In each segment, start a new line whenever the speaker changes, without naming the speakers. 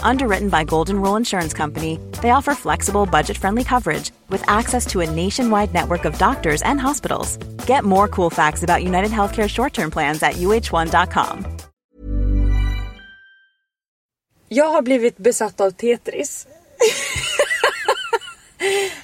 Underwritten by Golden Rule Insurance Company, they offer flexible, budget friendly coverage with access to a nationwide network of doctors and hospitals. Get more cool facts about United Healthcare short term plans at uh1.com.
Jag har blivit besatt av Tetris.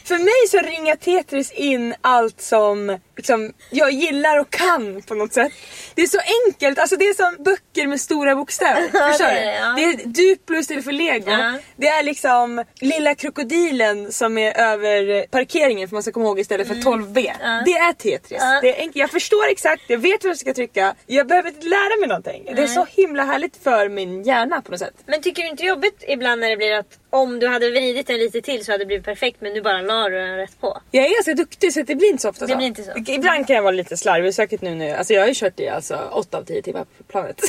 För mig så ringar Tetris in allt som liksom, jag gillar och kan på något sätt. Det är så enkelt, alltså det är som böcker med stora bokstäver. Förstår du?
det är det, ja.
Det är Duplo istället för lego.
Ja.
Det är liksom lilla krokodilen som är över parkeringen för man ska komma ihåg istället
Mm.
för 12B. Det är Tetris. Det är enkelt. Jag förstår exakt, jag vet hur jag ska trycka. Jag behöver inte lära mig någonting. Det är så himla härligt för min hjärna på något sätt.
Men tycker du inte det är jobbigt ibland när det blir att om du hade vridit den lite till så hade det blivit perfekt men du bara la du den rätt på?
Jag är ganska duktig så det blir inte så ofta
Det blir inte så.
Ibland kan jag vara lite slarvig, säkert nu nu. Alltså jag har ju kört i alltså 8 av 10 timmar på planet.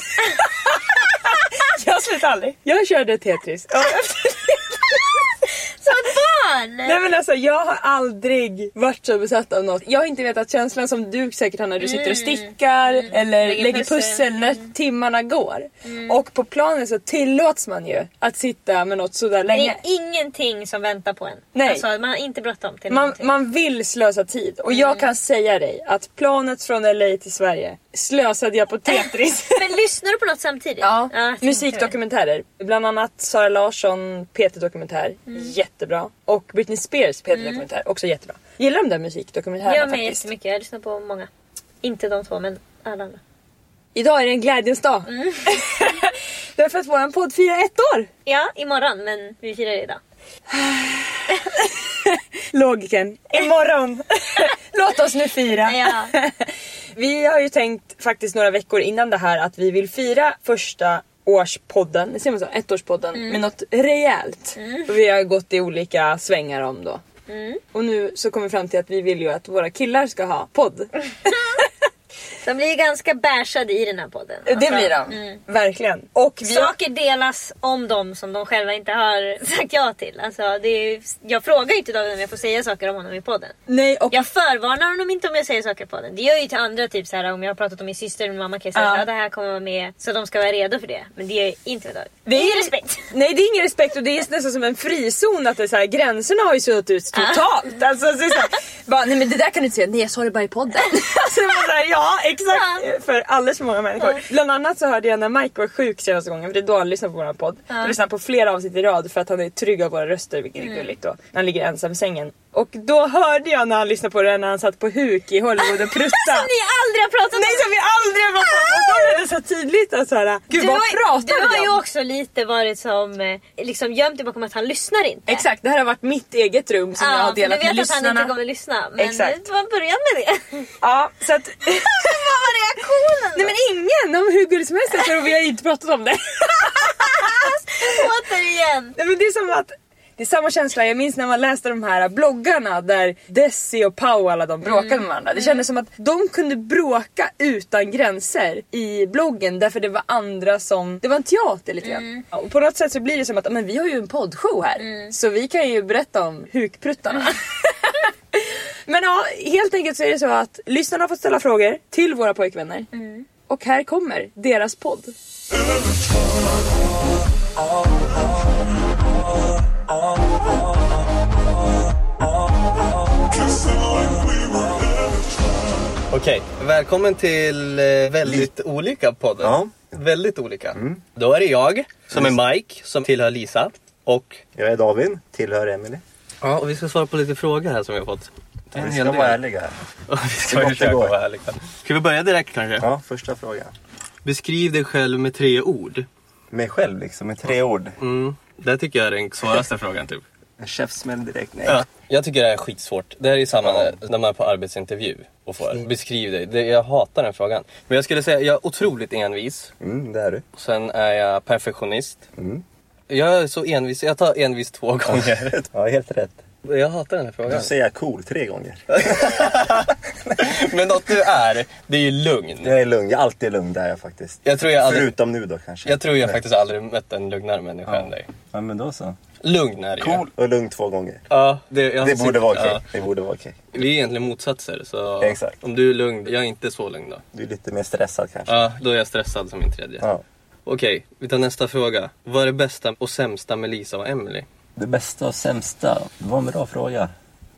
jag slutar aldrig. Jag körde Tetris. Ja,
Som ett barn!
Nej men alltså jag har aldrig varit så besatt av något. Jag har inte vetat känslan som du säkert har när du sitter och stickar eller lägger,
Mm. Lägger pussel. Mm.
pussel när timmarna går. Och på planen så tillåts man ju att sitta med något sådär
det
länge.
är ingenting som väntar på en.
Nej.
Alltså, man har inte bråttom till
Man,
någonting.
man vill slösa tid och
Mm.
jag kan säga dig att planet från LA till Sverige slösade jag på Tetris.
Men lyssnar du på något samtidigt?
ja,
jag tänkte
musikdokumentärer. Bland annat Sara Larsson Peter dokumentär
Mm.
jättebra. Och Britney Spears Peter dokumentär också jättebra. Gillar de där
det.
musikdokumentärerna
Mm. Jag med
faktiskt.
jättemycket, jag lyssnar på många. Inte de två men alla andra.
Idag är det en glädjens dag.
Mm.
Därför att våran podd firar ett år.
Ja, imorgon men vi firar det idag.
Logiken. Imorgon. Låt oss nu fira.
Ja.
Vi har ju tänkt faktiskt några veckor innan det här att vi vill fira första årspodden, säger man så? Ettårspodden med något rejält. Och vi har gått i olika svängar om då. Och nu så kommer vi fram till att vi vill ju att våra killar ska ha podd.
De blir ju ganska bärsade i den här podden. Alltså,
det blir de. Verkligen. Och vi har...
Saker delas om dem som de själva inte har sagt ja till. Alltså, det är, ju- jag frågar ju inte David om jag får säga saker om honom i podden.
Nej, och...
Jag förvarnar honom inte om jag säger saker i podden. Det gör jag ju till andra, typ så här, om jag har pratat om min syster och min mamma kan jag säga
Ja.
att ja. det här kommer vara med så de ska vara redo för det. Men det gör jag inte med David.
Det är-
Ingen respekt.
Nej det är ingen respekt och det är nästan som en frizon att det är så här, gränserna har ju suddat ut totalt. Alltså, så är det så här, bara, nej men det där kan du inte säga, nej jag sa det bara i podden. Ah. alltså, det var så här, ja exakt för alldeles för många människor. Bland annat så hörde jag när Mike var sjuk senaste gången, för det är då han lyssnar på vår podd. Han lyssnar på flera avsnitt i rad för att han är trygg av våra röster vilket är gulligt då. När han ligger ensam i sängen. Och då hörde jag när han lyssnade på det när han satt på huk i Hollywood och pruttade.
Som ni aldrig har pratat
Nej
om.
som vi aldrig har pratat om! Och då är det så tydligt att såhär, gud
Du
vad
har,
pratar
du har
vi
ju
om?
också lite varit som eh, liksom gömt dig bakom att han lyssnar inte.
Exakt, det här har varit mitt eget rum som jag har
Ja, för du
delat med
vet att han inte
lyssnarna.
kommer att lyssna. Men
Exakt.
Exakt. man började med det.
Ja, så att...
Vad var reaktionen då?
Nej men ingen! Om hur gulligt som helst är det, och vi har inte pratat om det.
Återigen!
Nej men det är som att Det är samma känsla, jag minns när man läste de här bloggarna där Desi och Pau alla de bråkade med varandra. Det kändes som att de kunde bråka utan gränser i bloggen därför det var andra som, det var en teater lite grann. Ja, Och på något sätt så blir det som att men vi har ju en poddshow här så vi kan ju berätta om hukpruttarna. Men ja, helt enkelt så är det så att lyssnarna har fått ställa frågor till våra pojkvänner. Och här kommer deras podd.
Okej, välkommen till eh, väldigt olika podden.
Ja.
Väldigt olika. Då är det jag som är Mike som tillhör Lisa. Och,
Jag är David, tillhör Emily.
ja, och vi ska svara på lite frågor här som vi har fått. Det är en
Vi
hel
ska
del.
vara ärliga här.
Ja, vi ska
Det måste
försöka
gå.
vara ärliga. Ska vi börja direkt kanske?
Ja, första frågan.
Beskriv dig själv med tre ord.
Mig själv liksom, med tre ord.
Mm. Det tycker jag är den svåraste frågan typ.
En käftsmäll direkt. Nej.
Ja. Jag tycker det här är skitsvårt. Det här är ju samma när- när man är på arbetsintervju och får beskriv dig. Det, jag hatar den frågan. Men jag skulle säga jag är otroligt envis.
Mm, det är du.
Och Sen är jag perfektionist. Jag är så envis. Jag tar envis två gånger.
Ja, helt rätt.
Jag hatar den här frågan.
Då säger jag cool tre gånger.
Men något du är, det är ju lugn.
Jag är lugn, jag är alltid lugn där jag faktiskt.
Jag tror jag aldrig...
Förutom nu då kanske.
Jag tror jag faktiskt aldrig mött en lugnare människa än dig.
Ja, men då så.
Lugn är det ju.
Cool och lugn två gånger.
Ja, det, jag
Det borde vara okej.
Ja.
Det borde vara okej.
Vi är egentligen motsatser. Så
Exakt.
Om du är lugn, jag är inte så lugn då.
Du är lite mer stressad kanske.
Ja, då är jag stressad som min tredje.
Ja.
Okej, vi tar nästa fråga. Vad är det bästa och sämsta med Lisa och Emily?
Det bästa och sämsta. Det var en bra fråga.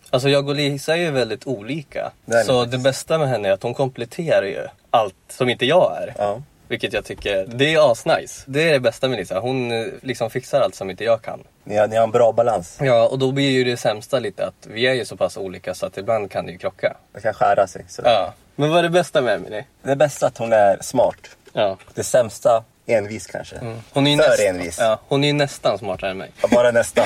Alltså jag och Lisa är ju väldigt olika.
Det är ni
så det bästa med henne är att hon kompletterar ju allt som inte jag är.
Ja.
Vilket jag tycker, det är asnice. Det är det bästa med Lisa. Hon eh, liksom fixar allt som inte jag kan.
Ni har, ni har en bra balans.
Ja, och då blir ju det sämsta lite att vi är ju så pass olika så att ibland kan det ju krocka.
Det kan skära sig. Så.
Ja. Men vad är det bästa med Emily?
Det bästa är att hon är smart.
Ja.
Det sämsta, envis kanske.
Mm. Hon är ju
För
nästan-
envis.
Ja, hon är ju nästan smartare än mig.
Ja, Bara nästan.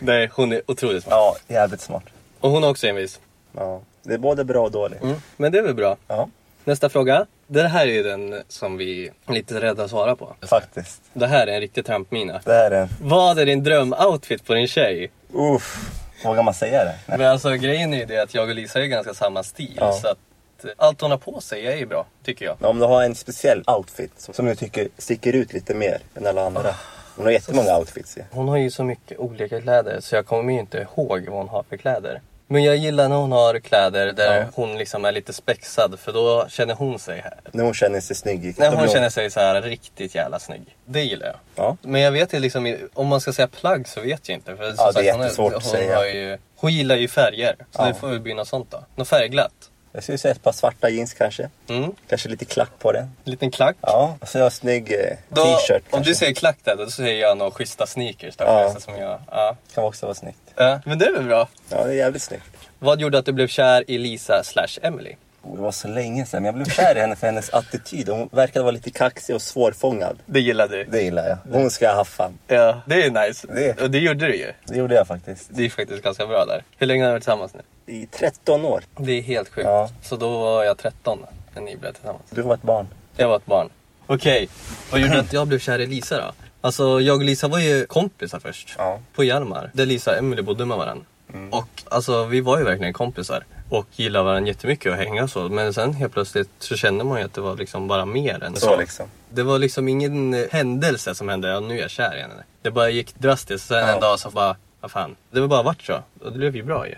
Nej, hon är otroligt smart.
ja, jävligt smart.
Och hon är också envis.
Ja. Det är både bra och dåligt.
Men det är väl bra.
Ja,
Nästa fråga. Det här är ju den som vi är lite rädda att svara på.
faktiskt.
Det här är en riktig trampmina.
Det här är...
Vad är din drömoutfit på din tjej?
Uff. Vågar man säga det? Nej.
Men alltså grejen är ju det att jag och Lisa är ganska samma stil.
Ja.
Så att eh, allt hon har på sig är ju bra, tycker jag.
Om du har en speciell outfit som, som du tycker sticker ut lite mer än alla andra. Hon har jättemånga outfits ju.
Hon har ju så mycket olika kläder så jag kommer ju inte ihåg vad hon har för kläder. Men jag gillar när hon har kläder där hon liksom är lite spexad för då känner hon sig här.
När hon känner sig snygg.
När hon känner sig så här riktigt jävla snygg. Det gillar jag.
Ja.
Men jag vet ju liksom, om man ska säga plagg så vet jag inte. För som
Ja, det är
sagt, hon
jättesvårt
hon
att säga.
Har ju, hon gillar ju färger. Så
Ja.
det får väl bli något sånt då. Något färgglatt.
Jag skulle säga ett par svarta jeans kanske.
Mm.
Kanske lite klack på den.
Liten klack.
Ja, och så har jag en snygg eh,
Då, om
t-shirt kanske.
du säger klack där, då säger jag några schyssta sneakers. Där,
Ja.
så som jag, ja.
Kan också vara snyggt.
Ja, Men det är väl bra.
Ja, det är jävligt snyggt.
Vad gjorde att du blev kär i Lisa slash Emily?
Oh, det var så länge sedan, men jag blev kär i henne för hennes attityd. Hon verkade vara lite kaxig och svårfångad.
Det gillade du.
Det gillar jag. Hon ska jag haffa.
Ja, det är nice.
Det-
Och det gjorde du ju.
Det gjorde jag faktiskt.
Det är faktiskt ganska bra där. Hur länge har ni varit tillsammans nu?
I 13 år.
Det är helt sjukt.
Ja.
Så då var jag 13 när ni blev tillsammans.
Du var ett barn.
Jag var ett barn. Okej, vad gjorde att jag blev kär i Lisa då? Alltså jag och Lisa var ju kompisar först.
Ja. Mm.
På Hjalmar, där Lisa och Emily bodde med varandra. Och alltså vi var ju verkligen kompisar. Och gillade varandra jättemycket och hänga och så. Men sen helt plötsligt så kände man ju att det var liksom bara mer än så.
liksom.
Det var liksom ingen eh, händelse som hände, ja, nu är jag kär i henne. Det bara gick drastiskt, sen en
Ja.
dag så bara, vad fan. Det var bara vart så. Och det blev ju bra ju.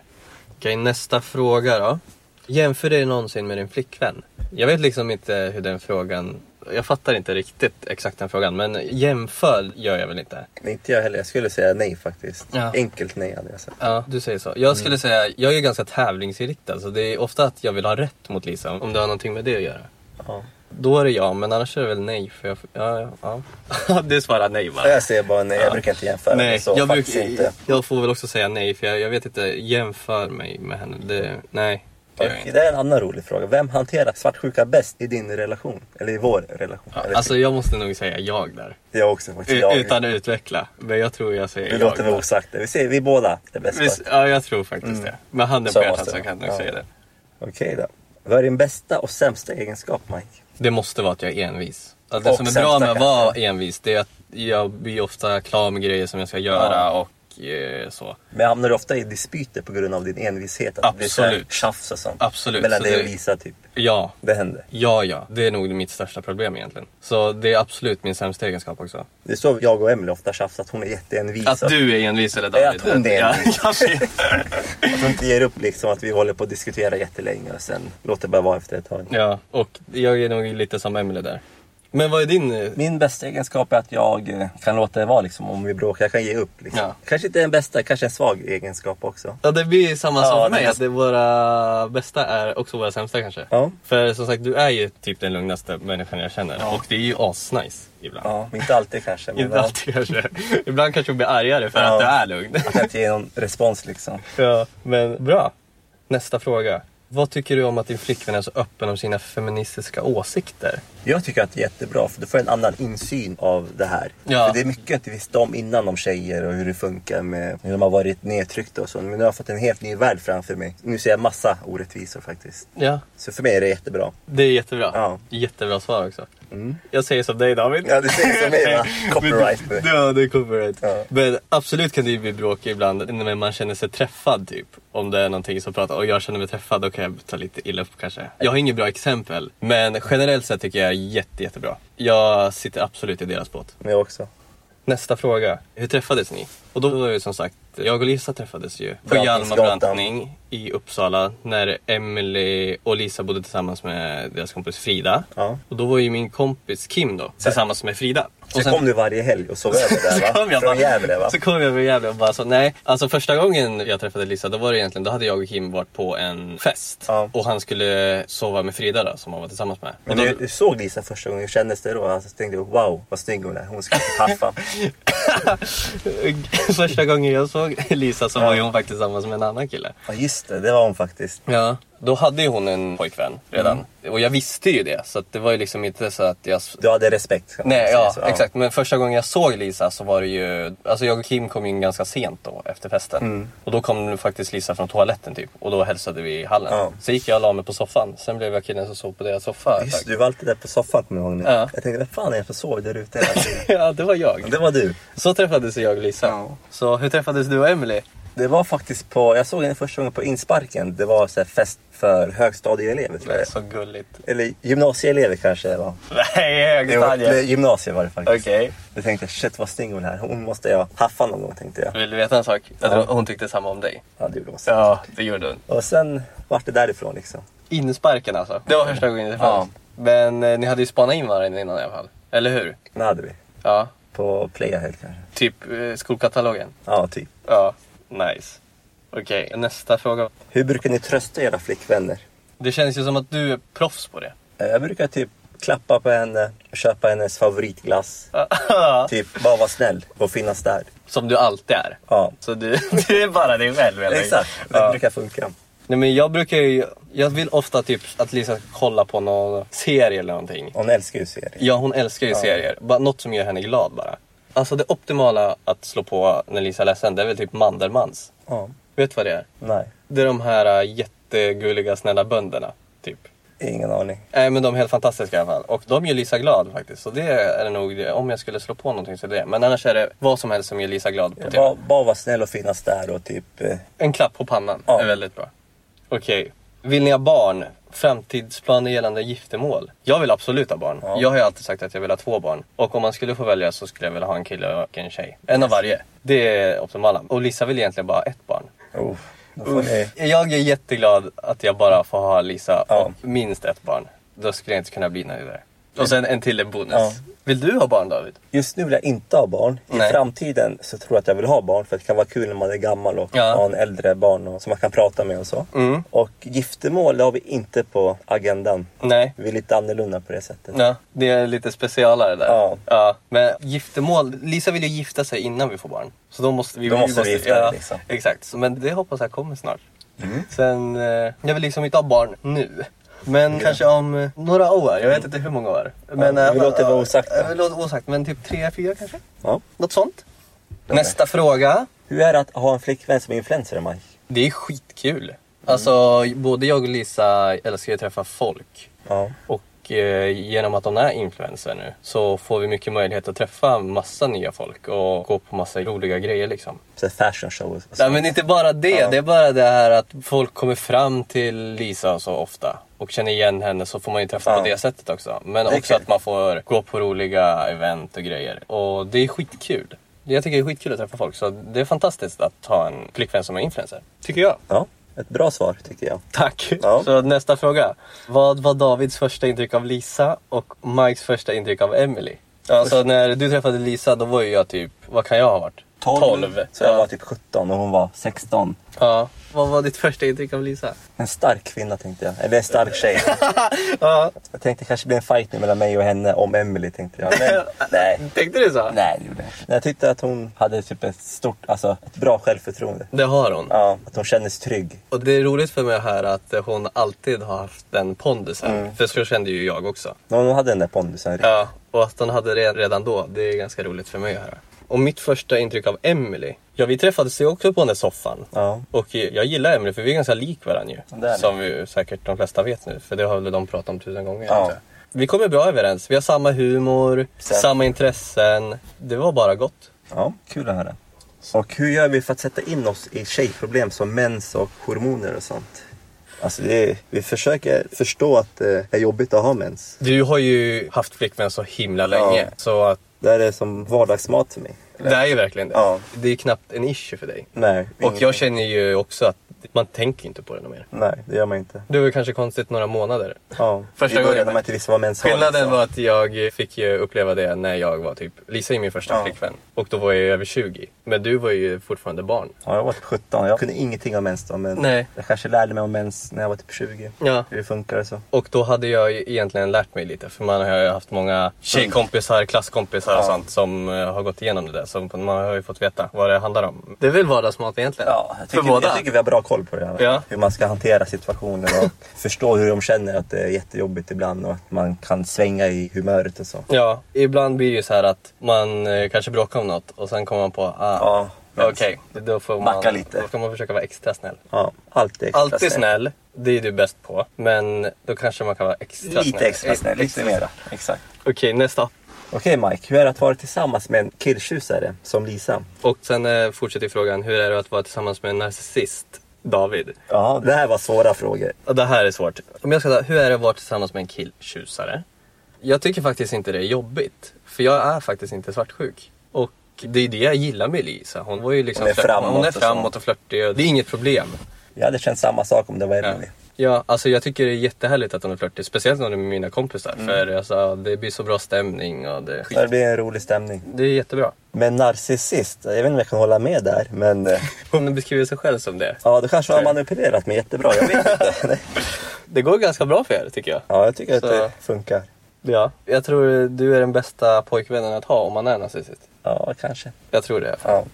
Okej, nästa fråga då. Jämför dig någonsin med din flickvän? Jag vet liksom inte hur den frågan... Jag fattar inte riktigt exakt den frågan, men jämför gör jag väl inte?
Nej, inte jag heller. Jag skulle säga nej faktiskt.
Ja.
Enkelt nej hade jag sagt.
Ja, du säger så. Jag skulle säga, jag är ganska tävlingsinriktad så det är ofta att jag vill ha rätt mot Lisa, om det har någonting med det att göra.
Ja.
Då är det ja, men annars är det väl nej för jag... Ja, ja. ja. du svarar nej bara.
Jag säger bara nej. Jag brukar inte jämföra.
Nej,
så
jag,
faktiskt
brukar,
inte.
jag får väl också säga nej för jag, jag vet inte, jämför mig med henne. Det, nej, det gör jag
Okej,
inte.
Det är en annan rolig fråga. Vem hanterar svartsjuka bäst i din relation? Eller i vår relation? Eller- typ,
Alltså jag måste nog säga jag där.
jag också faktiskt.
U-
Jag,
Utan att utveckla. Men jag tror jag säger
vi
jag.
låter vi osagt det. Vi säger vi båda det bästa.
Visst, ja, jag tror faktiskt det. Med handen
Mm. Så
på hjärtat
måste
så
det
kan jag nog
vara.
säga
Ja.
det.
Okej då. Vad är din bästa och sämsta egenskap Mike?
Det måste vara att jag är envis. Att det
Och
som är bra
sämsta
med att vara
kanske.
envis det är att jag blir ofta klar med grejer som jag ska göra och och eh, så.
Men hamnar du ofta i dispyter på grund av din envishet? Att det blir så här
Absolut.
tjafs och sånt?
Absolut,
Mellan
så
dig och
det-
Lisa typ?
Ja,
Det händer.
ja, ja. Det är nog mitt största problem egentligen. Så det är absolut min sämsta egenskap också.
Det är så jag och Emelie ofta tjafsar, att hon är jätteenvis.
Att du är envis eller David?
Ja, att hon är
Ja,
envis.
jag vet.
Att hon inte ger upp liksom, att vi håller på att diskutera jättelänge och sen låter det bara vara efter ett tag.
ja, och jag är nog lite som Emelie där. Men vad är din... eh,
Min bästa egenskap är att jag eh, kan låta det vara liksom, om vi bråkar. Jag kan ge upp. Liksom.
Ja.
Kanske inte den bästa, kanske en svag egenskap också.
Ja, det blir samma
Ja,
sak för
det
mig.
är-
Att det våra bästa är också våra sämsta kanske.
Ja.
För som sagt, du är ju typ den lugnaste människan jag känner. Och det är ju asnice ibland.
Ja, men inte alltid kanske. Men
Inte alltid kanske. Ibland kanske du blir argare för
Ja.
att du är lugn.
Jag kan inte ge någon respons liksom.
ja, men bra. Nästa fråga. Vad tycker du om att din flickvän är så öppen om sina feministiska åsikter?
Jag tycker att det är jättebra för du får en annan insyn av det här.
Ja.
För det är mycket jag inte visste om innan om tjejer och hur det funkar med hur de har varit nedtryckta och så. Men nu har jag fått en helt ny värld framför mig. Nu ser jag massa orättvisor faktiskt.
Ja,
Så för mig är det jättebra.
det är jättebra.
Ja. Mm.
Jättebra svar också. Jag säger som dig David.
Ja, du säger som mig va? Copyright.
Men, ja, det är copyright.
Ja.
Men absolut kan det ju bli bråk ibland när man känner sig träffad typ. Om det är någonting som pratar och jag känner mig träffad då kan jag ta lite illa upp kanske. Jag har inget bra exempel men generellt sett tycker jag är jätte, jättebra. Jag sitter absolut i deras båt.
Men jag också.
Nästa fråga. Hur träffades ni? Och då var det ju som sagt, jag och Lisa träffades ju på
Brantningsgatan.
Hjalmarbrantning i Uppsala när Emily och Lisa bodde tillsammans med deras kompis Frida.
Ja.
Och då var ju min kompis Kim då tillsammans med Frida.
Sen, kom du varje helg och sov över där va?
Så kom jag
Från
bara,
Gävle va?
Så kom jag från Gävle och bara så, nej. Alltså första gången jag träffade Lisa, då var det egentligen, då hade jag och Kim varit på en fest.
Ja.
Och han skulle sova med Frida då, som han var tillsammans med.
Men
och då,
du, du såg Lisa första gången, hur kändes det då? Alltså, jag tänkte wow vad snygg hon är, hon ska inte paffa.
första gången jag såg Lisa så var ju hon faktiskt tillsammans med en annan kille.
ja just det, det var hon faktiskt.
Ja. Då hade ju hon en pojkvän redan. Och jag visste ju det, så att det var ju liksom inte så att jag...
Du hade respekt. kan man
Nej,
säga
ja,
så.
exakt. Men första gången jag såg Lisa så var det ju... Alltså jag och Kim kom in ganska sent då efter festen. Och då kom faktiskt Lisa från toaletten typ. Och då hälsade vi i hallen.
Ja.
Så gick jag och la mig på soffan. Sen blev jag killen som sov på deras soffa. ett
Just
tag.
du var alltid där på soffan kommer jag ihåg nu.
Ja.
Jag tänkte, vem fan är jag som sover där ute hela tiden?
Ja, det var jag.
Det var du.
Så träffades jag och Lisa.
Ja.
Så hur träffades du och Emily?
Det var faktiskt på, jag såg henne första gången på insparken. Det var så här fest för högstadieelever tror jag.
Så gulligt.
Eller gymnasieelever kanske det var.
Nej,
Jo, eller
högstadiet.
gymnasiet var det faktiskt.
Okej.
Jag tänkte shit vad snygg hon är. Hon måste jag haffa någon gång tänkte jag.
Vill du veta en sak? Jag tror hon tyckte samma om dig.
Ja det gjorde hon säkert.
Mm. Ja, det gjorde hon.
Och sen vart det därifrån liksom.
Insparken alltså. Det var första gången det fanns. Men eh, ni hade ju spanat in varandra innan i alla fall. Eller hur?
Det hade vi.
Ja.
På Playa Hill kanske.
Typ eh, skolkatalogen.
Ja typ.
Ja. Nice. Okej, nästa fråga.
Hur brukar ni trösta era flickvänner?
Det känns ju som att du är proffs på det.
Eh, Jag brukar typ klappa på henne, köpa hennes favoritglass.
Ah.
Typ bara vara snäll och finnas där.
Som du alltid är.
Ja.
Så du, du är bara dig själv helt enkelt.
Exakt, det
Ja.
brukar funka.
Nej men jag brukar ju, jag vill ofta typ att Lisa kollar på någon serie eller någonting.
Hon älskar ju serier.
Ja, hon älskar ju serier. Bara något som gör henne glad bara. Alltså det optimala att slå på när Lisa är ledsen, det är väl typ Mandelmans.
Ja.
Vet du vad det är?
Nej,
Det är de här äh, jättegulliga snälla bönderna, typ.
ingen aning.
Nej men de är helt fantastiska i alla fall. Och de gör Lisa glad faktiskt. Så det är nog det. Om jag skulle slå på någonting så är det det. Men annars är det vad som helst som gör Lisa glad. På
Bara,
TV.
bara vara snäll och finnas där och typ... eh,
En klapp på pannan
Ja.
är väldigt bra. Okej. Vill ni ha barn? Framtidsplaner gällande giftermål? Jag vill absolut ha barn. Jag har ju alltid sagt att jag vill ha två barn. Och om man skulle få välja så skulle jag vilja ha en kille och en tjej. En av varje. Det är optimala. Och Lisa vill egentligen bara ha ett barn.
Oh, då får ni...
Jag är jätteglad att jag bara får ha Lisa
Ja.
och minst ett barn. Då skulle jag inte kunna bli nöjdare. Och sen en till en bonus.
Ja.
Vill du ha barn David?
Just nu vill jag inte ha barn. I
Nej.
framtiden så tror jag att jag vill ha barn för det kan vara kul när man är gammal och
Ja. Mm.
har en äldre barn och, som man kan prata med och så. Och giftermål har vi inte på agendan.
Nej.
Vi är lite annorlunda på det sättet.
Ja, det är lite specialare där.
Ja.
Men giftermål, Lisa vill ju gifta sig innan vi får barn. Så då måste vi,
Då måste vi gifta
ja,
det, liksom. Mm.
Exakt, Så, men det hoppas jag kommer snart. Sen, eh, jag vill liksom inte ha barn nu. Men kanske om eh, några år, jag vet inte hur många år. Men,
vi
eh,
låter det vara osagt,
eh,
då.
Vi låter osagt, men typ tre, fyra kanske?
Ja.
Något sånt. Nästa fråga.
Hur är det att ha en flickvän som är influencer, Mike?
Det är skitkul. Alltså, både jag och Lisa älskar ju att träffa folk.
Ja.
Och Och eh, genom att de är influencer nu så får vi mycket möjlighet att träffa massa nya folk och gå på massa roliga grejer liksom.
Så här fashion show. och så.
Nej men inte bara det,
Alltså, Ja.
det är bara det här att folk kommer fram till Lisa så ofta och känner igen henne så får man ju träffa
Ja.
på det sättet också. Men
Det är
också
kul.
att man får gå på roliga event och grejer och det är skitkul. Jag tycker det är skitkul att träffa folk så det är fantastiskt att ha en flickvän som är influencer. Tycker jag.
Ja, ett bra svar tycker jag.
Tack!
Ja.
Så nästa fråga. Vad var Davids första intryck av Lisa och Mikes första intryck av Emily? Alltså när du träffade Lisa då var ju jag typ, vad kan jag ha varit? 12.
Så jag
Ja.
var typ 17 och hon var 16.
Ja. Vad var ditt första intryck av Lisa?
En stark kvinna tänkte jag. Eller en stark tjej. Jag tänkte kanske blir en fight nu mellan mig och henne om Emily tänkte jag. Men, nej.
Tänkte du så?
Nej, det gjorde jag inte. Men Jag tyckte att hon hade typ ett stort, alltså ett bra självförtroende.
Det har hon.
Ja, att hon kändes trygg.
Och det är roligt för mig här att eh, hon alltid har haft den pondusen.
Mm.
För så kände ju jag också.
Hon hade den där pondusen.
Ja. Och att hon hade det redan då, det är ganska roligt för mig att höra. Och mitt första intryck av Emily. Ja, vi träffades ju också på den där soffan.
Ja.
Och jag gillar Emily för vi är ganska lik varandra
Det är
ju.
ni.
Som vi säkert de flesta vet nu, för det har väl de pratat om tusen gånger.
Ja.
tror jag. Vi kommer bra överens, vi har samma humor,
Sen.
samma intressen. Det var bara gott.
Ja, kul att höra. Och hur gör vi för att sätta in oss i tjejproblem som mens och hormoner och sånt? Alltså det är, vi försöker förstå att eh, det är jobbigt att ha mens.
Du har ju haft flickvän så himla länge.
Ja.
Så att
Det här är som vardagsmat för mig.
Det är ju verkligen det.
Ja.
Det är knappt en issue för dig.
Nej,
Och jag
ingenting.
känner ju också att man tänker inte på det något mer.
Nej, det gör man inte.
Det var kanske konstigt några månader.
Ja.
Första
I början
gången.
när man inte visste vad mens var,
Skillnaden
liksom.
var att jag fick ju uppleva det när jag var typ, Lisa är min första
Ja.
flickvän och då var jag ju över 20. Men du var ju fortfarande barn.
Ja, jag var typ 17. Jag kunde ingenting om mens då. Men
Nej.
jag kanske lärde mig om mens när jag var typ 20.
Ja.
Hur det funkar och så.
Och då hade jag ju egentligen lärt mig lite för man har ju haft många tjejkompisar, klasskompisar och sånt som eh, har gått igenom det där. Så man har ju fått veta vad det handlar om. Det är väl vardagsmat egentligen?
jag
för
tycker,
båda?
jag tycker vi har bra koll på det. Här,
Ja.
Hur man ska hantera situationer och förstå hur de känner att det är jättejobbigt ibland och att man kan svänga i humöret och så.
Ja, ibland blir det ju så här att man eh, kanske bråkar om något och sen kommer man på ah,
Ja, men-
okej, då får man,
Backa lite.
då ska man försöka vara extra snäll.
Ja, alltid extra
Alltid snäll, det är du bäst på. Men då kanske man kan vara extra snäll.
Lite extra snäll, lite mera. Exakt.
Okej, nästa.
Okej Mike, hur är det att vara tillsammans med en killtjusare som Lisa?
Och sen eh, fortsätter frågan, hur är det att vara tillsammans med en narcissist? David.
Ja, det här var svåra frågor.
Och det här är svårt. Om jag ska ta, hur är det att vara tillsammans med en killtjusare? Jag tycker faktiskt inte det är jobbigt. För jag är faktiskt inte svartsjuk. Och det är det jag gillar med Lisa. Hon var ju liksom
Hon är
flört-
framåt
hon är
och så.
framåt och flörtig. Och det är inget problem.
Jag hade känt samma sak om det var Emily.
Ja, alltså jag tycker det är jättehärligt att hon är flörtig. Speciellt när hon är med mina kompisar. För alltså, det blir så bra stämning och det är
Det
skit.
blir en rolig stämning.
Det är jättebra.
Men narcissist, jag vet inte om jag kan hålla med där. Men eh,
Hon beskriver sig själv som det.
ja, du kanske har manipulerat mig jättebra, jag vet inte.
Det går ganska bra för er tycker jag.
Ja, jag tycker att
Så.
det funkar.
Ja. Jag tror du är den bästa pojkvännen att ha om man är narcissist.
Ja, kanske.
Jag tror det.
Ja.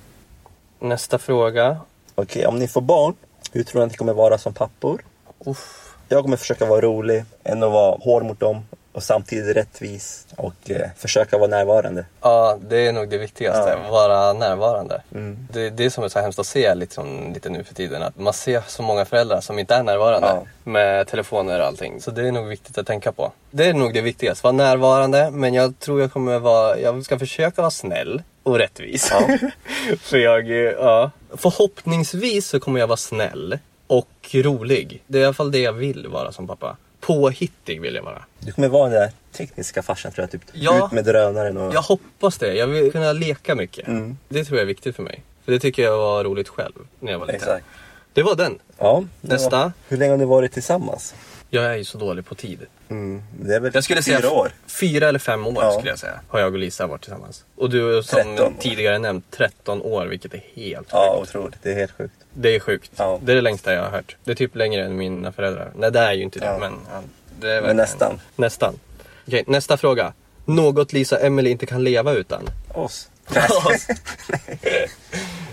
Nästa fråga.
Okej, om ni får barn, hur tror ni att ni kommer vara som pappor?
Uff.
Jag kommer försöka vara rolig, ändå vara hård mot dem och samtidigt rättvis och eh, försöka vara närvarande.
Ja, det är nog det viktigaste.
Ja. Mm.
Vara närvarande. Det, det är som är så hemskt att se liksom, lite nu för tiden. Att man ser så många föräldrar som inte är närvarande
Ja.
med telefoner och allting. Så det är nog viktigt att tänka på. Det är nog det viktigaste. Vara närvarande, men jag tror jag kommer vara... Jag ska försöka vara snäll och rättvis. för jag, eh, ja. Förhoppningsvis så kommer jag vara snäll och rolig. Det är i alla fall det jag vill vara som pappa. Påhittig vill jag vara.
Du kommer vara den där tekniska farsan tror jag, typ
Ja.
ut med drönaren och...
Jag hoppas det. Jag vill kunna leka mycket.
Mm.
Det tror jag är viktigt för mig. För det tycker jag var roligt själv när jag var liten.
Exakt.
Det var den.
Ja, det
Nästa.
var- Hur länge har ni varit tillsammans?
Jag är ju så dålig på tid.
Mm, det är väl
Jag skulle säga
fyra år.
Fyra eller fem år
Ja.
skulle jag säga. Har jag och Lisa varit tillsammans. Och du som
13 år.
tidigare nämnt 13 år vilket är helt
Ja,
sjukt.
otroligt. Det är helt sjukt.
Det är sjukt.
Ja.
Det är det längsta jag har hört. Det är typ längre än mina föräldrar. Nej det är ju inte det
Ja.
men. ja, Det är
Men
verkligen-
nästan.
Nästan. Okej, nästa fråga. Något Lisa och Emily inte kan leva utan?
Oss.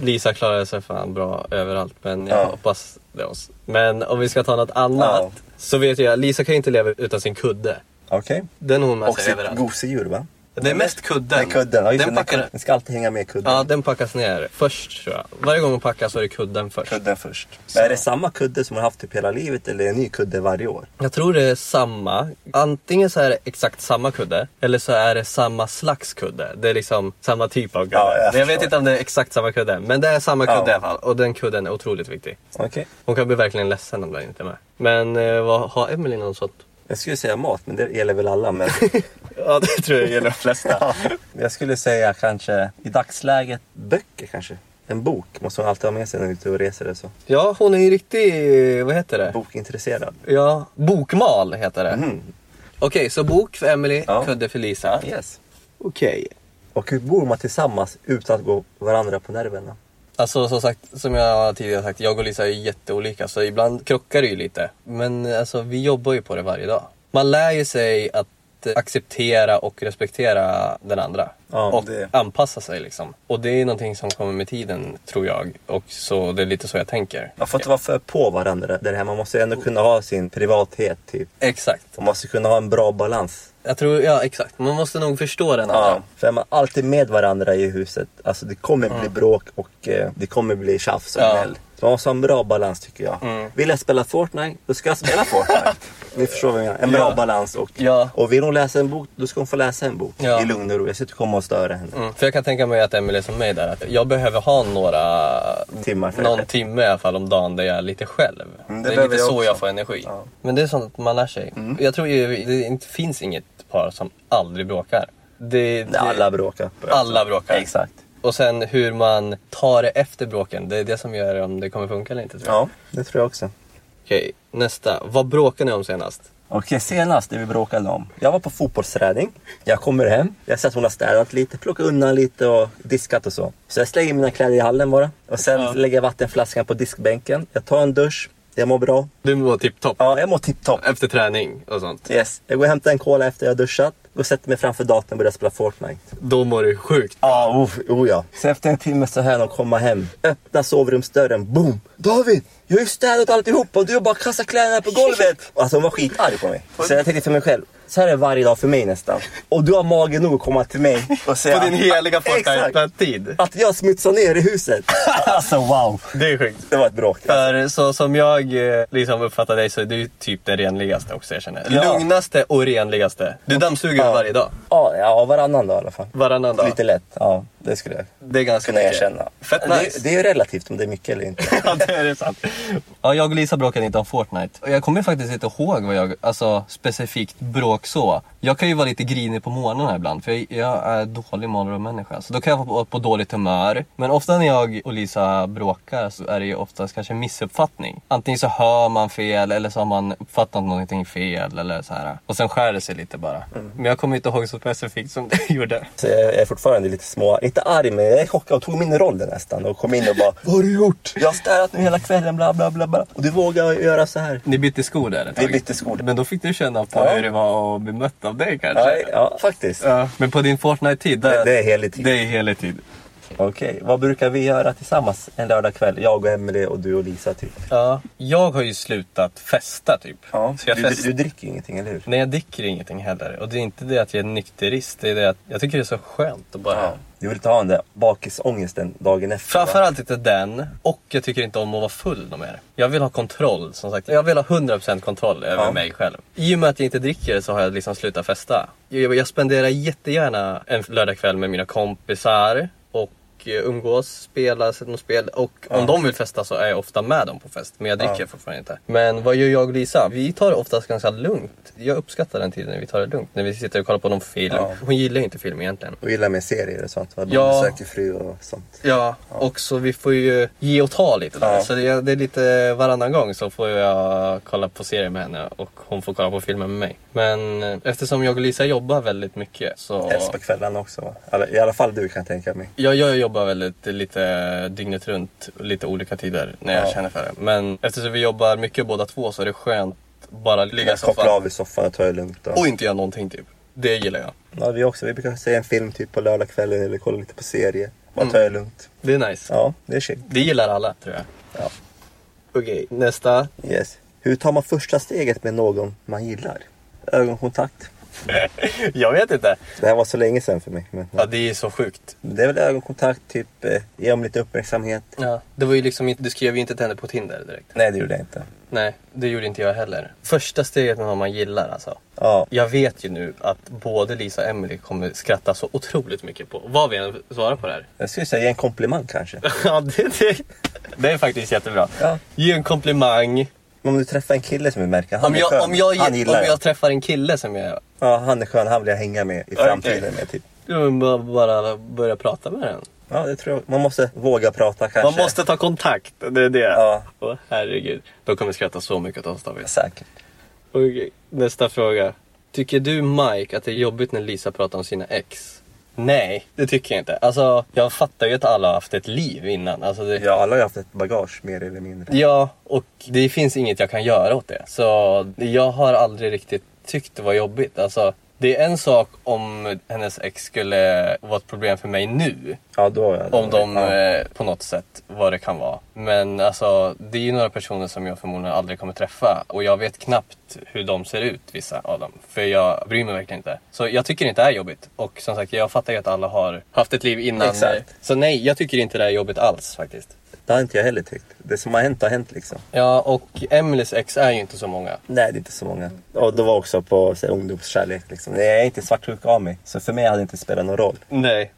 Lisa klarade sig fan bra överallt men jag
Ja.
hoppas det är oss. Men om vi ska ta något annat
Ja.
så vet jag, Lisa kan ju inte leva utan sin kudde.
Okej.
Den har hon med
Och
sig
sitt
överallt.
gosedjur va?
Det är mest kudden.
Nej, kudden. Ja, just
den,
det.
packar,
den ska alltid hänga med kudden.
ja, den packas ner först tror jag. Varje gång hon packar så är det kudden först.
Kudden först. Men är det samma kudde som hon haft typ hela livet eller en ny kudde varje år?
Jag tror det är samma. Antingen så är det exakt samma kudde eller så är det samma slags kudde. Det är liksom samma typ av kudde.
Ja, jag
Men jag vet
förstår.
inte om det är exakt samma kudde. Men det är samma kudde
Ja.
i alla fall. Och den kudden är otroligt viktig.
Okej.
Hon kan bli verkligen ledsen om den inte är med. Men eh, vad, har Emelie något sånt?
Jag skulle säga mat, men det gäller väl alla. Men
Ja, det tror jag gäller de flesta.
jag skulle säga kanske i dagsläget böcker kanske. En bok måste hon alltid ha med sig när hon är ute och reser alltså. eller så.
ja, hon är ju riktig... Vad heter det?
Bokintresserad.
Ja, bokmal heter det. Okej, så bok för Emelie,
Ja.
kudde för Lisa.
Yes.
Okej.
Och hur bor man tillsammans utan att gå varandra på nerverna?
Alltså som sagt, som jag tidigare sagt, jag och Lisa är ju jätteolika så ibland krockar det ju lite. Men alltså vi jobbar ju på det varje dag. Man lär ju sig att eh, acceptera och respektera den andra.
Ja,
och
det-
anpassa sig liksom. Och det är någonting som kommer med tiden tror jag. Och så det är lite så jag tänker.
Man får inte vara för på varandra där här. Man måste ändå kunna ha sin privathet typ.
Exakt.
Man måste kunna ha en bra balans.
Jag tror, ja exakt. Man måste nog förstå den andra.
För är man alltid med varandra i huset, alltså det kommer bli bråk och eh, det kommer bli tjafs och
Ja. Mm.
gnäll. Så man måste ha en bra balans tycker jag. Vill jag spela Fortnite, då ska jag spela Fortnite. Ni förstår vad jag menar. En bra
Ja.
balans. Och,
Ja.
och vill hon läsa en bok, då ska hon få läsa en bok.
Ja.
I lugn och ro. Jag ska inte komma och störa henne.
Mm, för jag kan tänka mig att Emelie är som mig där, att jag behöver ha några
Timmar för
någon
det.
timme i alla fall om dagen där jag är lite själv.
Mm, det
det, är
behöver
lite
jag
så jag
också.
får energi.
Ja. Mm.
Men det är sånt man lär sig. Jag tror ju det inte finns inget par som aldrig bråkar. Det, det,
När alla bråkar.
alla bråkar.
Exakt.
Och sen hur man tar det efter bråken, det är det som gör om det kommer funka eller inte. Tror jag.
Ja, det tror jag också.
Okej, nästa. Vad bråkade ni om senast?
Okej, senast det vi bråkade om. Jag var på fotbollsträning. Jag kommer hem. Jag ser att hon har städat lite, plockat undan lite och diskat och så. Så jag slänger mina kläder i hallen bara. Och sen lägger jag vattenflaskan på diskbänken. Jag tar en dusch. Jag mår bra.
Du mår tipptopp
Ja, jag mår tipptopp.
efter träning och sånt.
Yes. Jag går och hämtar en cola efter jag har duschat. Går och sätter mig framför datorn och börjar spela Fortnite.
Då mår du sjukt.
Ja, oh, oh ja. Så efter en timme så hör jag och komma hem. Öppna sovrumsdörren. Boom! David! Jag har ju städat alltihopa och du har bara kastat kläderna på golvet. Alltså hon var skitarg på mig. Så jag tänkte för mig själv. Så här är det varje dag för mig nästan. Och du har mage nog att komma till mig och säga
På din heliga
Exakt.
Fortnite-tid.
att jag smutsar ner i huset. Alltså wow!
Det är sjukt.
Det var ett bråk.
För så som jag eh, liksom uppfattar dig så är du typ den renligaste också jag känner.
Ja.
Lugnaste och renligaste. Du dammsuger
Ja.
varje dag.
Ja, ja, varannan dag i alla fall.
Varannan dag.
Lite lätt. Ja, det skulle jag
Det är ganska
kunna
mycket.
erkänna.
Fett nice.
det, det är ju relativt om det är mycket eller inte.
Ja, det är sant. Ja, jag och Lisa bråkade inte om Fortnite. Och Jag kommer faktiskt inte ihåg vad jag, alltså specifikt bråk så. Jag kan ju vara lite grinig på morgnarna ibland för jag, jag är dålig morgonmänniska. Så då kan jag vara på, på dåligt humör. Men ofta när jag och Lisa bråkar så är det ju oftast kanske en missuppfattning. Antingen så hör man fel eller så har man uppfattat någonting fel eller så här. Och sen skär det sig lite bara. Men jag kommer inte ihåg så specifikt som det gjorde.
Så jag är fortfarande lite små, inte arg men jag är chockad och tog min roll där nästan och kom in och bara Vad har du gjort? Jag har städat nu hela kvällen bla bla bla bla och du vågar göra så här.
Ni bytte skor där ett
Vi
tag.
bytte skor.
Men då fick du känna på
Ja.
hur det var att bli mött av dig kanske.
Nej, ja, faktiskt.
Ja, men på din Fortnite-tid, där,
Det- det är helig tid.
Det är helig tid.
Okej, vad brukar vi göra tillsammans en lördagkväll? Jag och Emelie och du och Lisa typ.
Ja. Jag har ju slutat festa typ. Så
du,
jag
du,
fest...
du dricker ingenting eller hur?
Nej, jag dricker ingenting heller. Och det är inte det att jag är nykterist, det är det att jag tycker det är så skönt att bara...
Du vill inte ha den där bakisångesten dagen efter? va?
Framförallt inte den, och jag tycker inte om att vara full någon mer. Jag vill ha kontroll, som sagt. Jag vill ha 100% kontroll över
Ja.
mig själv. I och med att jag inte dricker så har jag liksom slutat festa. Jag, jag spenderar jättegärna en lördagkväll med mina kompisar och eh, umgås, spela, sätta något spel och om de vill festa så är jag ofta med dem på fest. Men jag dricker fortfarande inte. Men vad gör jag och Lisa? Vi tar det oftast ganska lugnt. Jag uppskattar den tiden när vi tar det lugnt. När vi sitter och kollar på någon film.
Ja.
Hon gillar ju inte film egentligen.
Och gillar med serier och sånt va? De
Ja.
söker fru och sånt.
Ja, och så vi får ju ge och ta lite där.
Ja.
Så det är, det är lite varannan gång så får jag kolla på serier med henne och hon får kolla på filmer med mig. Men eh, eftersom jag och Lisa jobbar väldigt mycket så...
Helst på kvällarna också va? Alla- I alla fall du kan jag tänka mig.
Jag, jag jobbar väldigt lite dygnet runt, lite olika tider när jag
Ja.
känner för det. Men eftersom vi jobbar mycket båda två så är det skönt bara ligga i
Koppla
soffan
av i soffan och ta det lugnt. Och...
och inte göra någonting typ. Det gillar jag.
Ja, vi också. Vi brukar se en film typ på lördagskvällen eller kolla lite på serie. Bara ta det lugnt.
Det är nice.
Ja, det är chill.
Det gillar alla tror jag.
Ja.
Okej, nästa.
Yes. Hur tar man första steget med någon man gillar? Ögonkontakt.
Jag vet inte.
Det här var så länge sedan för mig. Men,
Ja, det är så sjukt.
Det är väl ögonkontakt, typ eh, ge dem lite uppmärksamhet.
Ja. Det var ju liksom inte, du skrev ju inte till henne på Tinder direkt.
Nej, det gjorde jag inte.
Nej, det gjorde inte jag heller. Första steget med vad man gillar alltså.
Ja,
Jag vet ju nu att både Lisa och Emily kommer skratta så otroligt mycket på vad vi än svarar på det här.
jag skulle säga en komplimang kanske.
Ja, det, det, det är faktiskt jättebra.
Ja.
Ge en komplimang.
Om du träffar en kille som du märker, han
Om
är
jag,
skön,
om, jag,
han
om
gillar
jag träffar en kille som jag
Ja, han är skön, han vill jag hänga med i
Okej.
framtiden med typ.
Ja, men bara, bara börja prata med den.
Ja, det tror jag. Man måste våga prata kanske.
Man måste ta kontakt, det är det.
Ja.
Åh, herregud. De kommer skratta så mycket åt oss David.
Säkert.
Okej, nästa fråga. Tycker du Mike att det är jobbigt när Lisa pratar om sina ex? Nej, det tycker jag inte. Alltså, jag fattar ju att alla har haft ett liv innan. Alltså, det,
Ja, alla har ju haft ett bagage mer eller mindre.
Ja, och det finns inget jag kan göra åt det. Så jag har aldrig riktigt tyckt det var jobbigt. Alltså, det är en sak om hennes ex skulle vara ett problem för mig nu.
Ja, då har jag
Om de
Ja.
eh, på något sätt, vad det kan vara. Men alltså, det är ju några personer som jag förmodligen aldrig kommer träffa. Och jag vet knappt hur de ser ut, vissa av dem. För jag bryr mig verkligen inte. Så jag tycker inte det är jobbigt. Och som sagt, jag fattar ju att alla har haft ett liv innan.
Exakt.
Så nej, jag tycker inte det är jobbigt alls faktiskt.
Det har inte jag heller tyckt. Det som har hänt har hänt liksom.
Ja, och Emelies ex är ju inte så många.
Nej, det är inte så många. Och det var också på så här, ungdomskärlek liksom. Nej, Jag är inte svartsjuk av mig, så för mig hade det inte spelat någon roll.
Nej.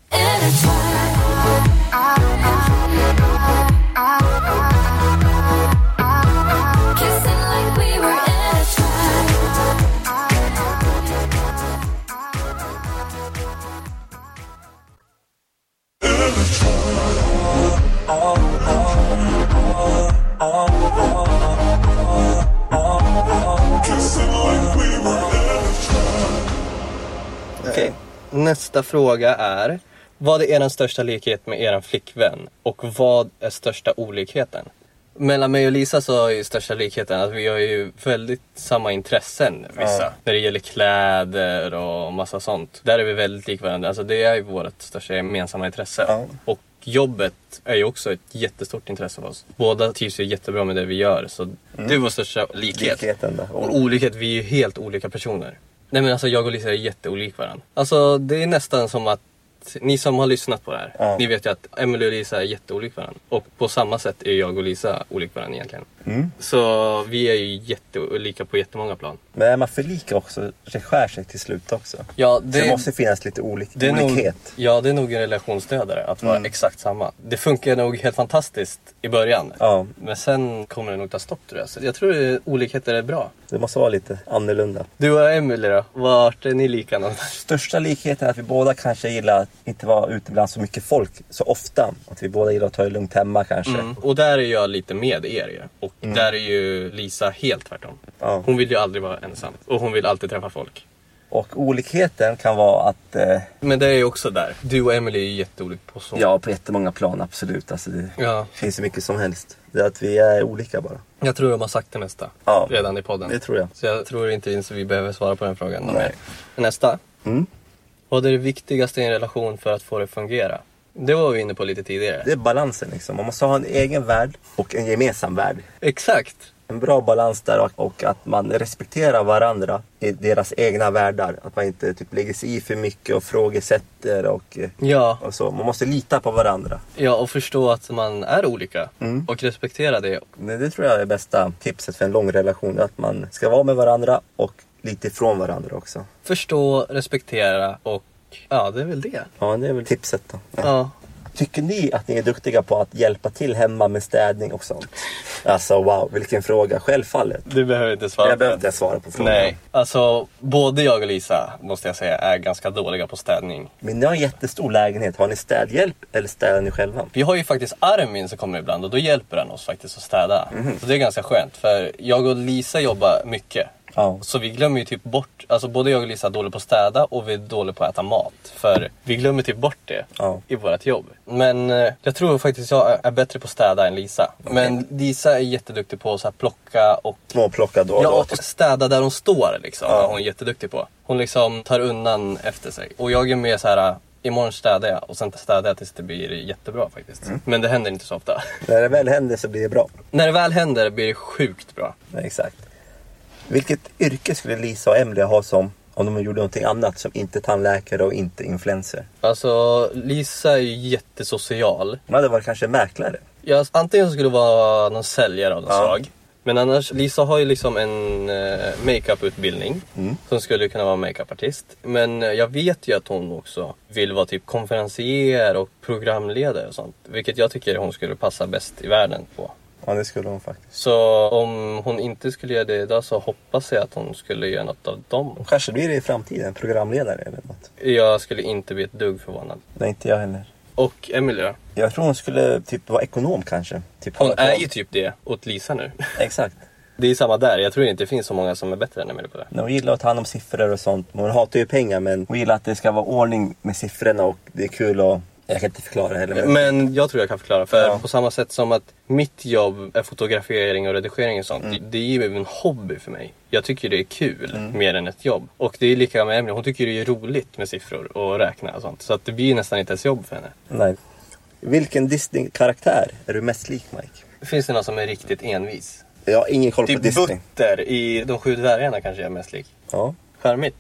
Okej.
Nästa fråga är. Vad är er största likhet med er flickvän? Och vad är största olikheten? Mellan mig och Lisa så är ju största likheten att vi har ju väldigt samma intressen vissa. När det gäller kläder och massa sånt. Där är vi väldigt lika varandra. Alltså det är ju vårt största gemensamma intresse.
Ja.
Och jobbet är ju också ett jättestort intresse för oss. Båda trivs ju jättebra med det vi gör. Så det är vår största likhet.
Mm. Likheten då.
Och olikhet, vi är ju helt olika personer. Nej men alltså jag och Lisa är jätteolika varandra. Alltså det är nästan som att ni som har lyssnat på det här,
Ja.
ni vet ju att Emily och Lisa är jätteolika varandra. Och på samma sätt är jag och Lisa olika varandra egentligen.
Mm.
Så vi är ju jätteolika på jättemånga plan.
Men är man för lika också, det skär sig till slut också.
Ja,
Det, det måste finnas lite olik-
det är nog,
olikhet. Mm.
ja, det är nog en relationsdödare att vara exakt samma. Det funkar nog helt fantastiskt i början.
Ja.
Men sen kommer det nog ta stopp tror jag. Så jag tror eh, olikheter är bra.
Det måste vara lite annorlunda.
Du och Emily då, vart är ni lika någonstans?
Största likheten är att vi båda kanske gillar att inte vara ute bland så mycket folk så ofta. Att vi båda gillar att ta det lugnt hemma kanske.
Mm. Och där är jag lite med er ju. Och där är ju Lisa helt tvärtom.
Mm. Ja.
Hon vill ju aldrig vara ensam. Och hon vill alltid träffa folk.
Och olikheten kan vara att, eh,
Men det är ju också där. Du och Emily är ju jätteolika på så.
ja på jättemånga plan absolut. Alltså, det
Ja.
finns ju mycket som helst. Det är att vi är olika bara.
Jag tror de har sagt det mesta
Ja.
redan i podden.
Det tror jag.
Så jag tror inte ens vi behöver svara på den frågan. någon
Nej.
mer. Nästa.
Mm.
Vad är det viktigaste i en relation för att få det att fungera? Det var vi inne på lite tidigare.
Det är balansen liksom. Man måste ha en egen värld och en gemensam värld.
Exakt.
En bra balans där och- och att man respekterar varandra i deras egna världar. Att man inte typ lägger sig i för mycket och frågesätter och, eh,
Ja.
och så. Man måste lita på varandra.
ja, och förstå att man är olika.
Mm.
Och respektera det.
Nej, Det tror jag är bästa tipset för en lång relation. Att man ska vara med varandra och lite ifrån varandra också.
Förstå, respektera och ja, det är väl det.
Ja, det är väl tipset då. Ja.
Ja.
Tycker ni att ni är duktiga på att hjälpa till hemma med städning och sånt? Alltså wow, vilken fråga. Självfallet.
Du behöver inte svara
Jag
på
behöver
det.
inte ens svara på frågan.
Nej, alltså både jag och Lisa måste jag säga är ganska dåliga på städning.
Men ni har en jättestor lägenhet. Har ni städhjälp eller städar ni själva?
Vi har ju faktiskt Armin som kommer ibland och då hjälper han oss faktiskt att städa.
Mhm.
Så det är ganska skönt för jag och Lisa jobbar mycket.
Ja.
Så vi glömmer ju typ bort, alltså både jag och Lisa är dåliga på att städa och vi är dåliga på att äta mat. För vi glömmer typ bort det
Ja.
i vårt jobb. Men eh, jag tror faktiskt jag är- är bättre på att städa än Lisa. Men Lisa är jätteduktig på att så här plocka och
Småplocka då och
Ja,
då.
och städa där hon står liksom. är Hon är jätteduktig på. Hon liksom tar undan efter sig. Och jag är med så här. Imorgon städar jag och sen städar jag tills det blir jättebra faktiskt. Men det händer inte så ofta.
När det väl händer så blir det bra.
När det väl händer blir det sjukt bra.
Nej, exakt. Vilket yrke skulle Lisa och Emily ha som Om de gjorde någonting annat som inte tandläkare och inte influencer.
Alltså Lisa är ju jättesocial.
De hade varit kanske mäklare.
Jag, alltså, antingen så skulle det vara någon säljare av något
Ja.
slag. Men annars, Lisa har ju liksom en eh, makeuputbildning. Som skulle kunna vara makeupartist. Men eh, jag vet ju att hon också vill vara typ konferencier och programledare och sånt. Vilket jag tycker hon skulle passa bäst i världen på.
Ja, det skulle de faktiskt.
Så om hon inte skulle göra det idag så hoppas jag att hon skulle göra något av dem.
Kanske blir det i framtiden, programledare eller något.
Jag skulle inte bli ett dugg förvånad.
Nej, inte jag heller.
Och Emily då?
Jag tror hon skulle typ vara ekonom kanske. Typ
Hon
ha-
är ju typ det åt Lisa nu.
Exakt.
Det är samma där, jag tror inte det finns så många som är bättre än Emily på det.
Men Hon gillar att ta hand om siffror och sånt. Hon hatar ju pengar men hon gillar att det ska vara ordning med siffrorna och det är kul och... Jag kan inte förklara heller. Men...
Eh, Men jag tror jag kan förklara. För
Ja.
på samma sätt som att mitt jobb är fotografering och redigering och sånt.
Mm.
Det är ju en hobby för mig. Jag tycker det är kul mer än ett jobb. Och det är lika med Emily. Hon tycker det är roligt med siffror och räkna och sånt. Så att det blir nästan inte ens jobb för henne.
Nej. Vilken Disney-karaktär är du mest lik Mike?
Finns det någon som är riktigt envis?
Jag har ingen koll på
Typ
Disney.
Butter i De sju dvärgarna kanske jag är mest lik.
Ja.
Charmigt.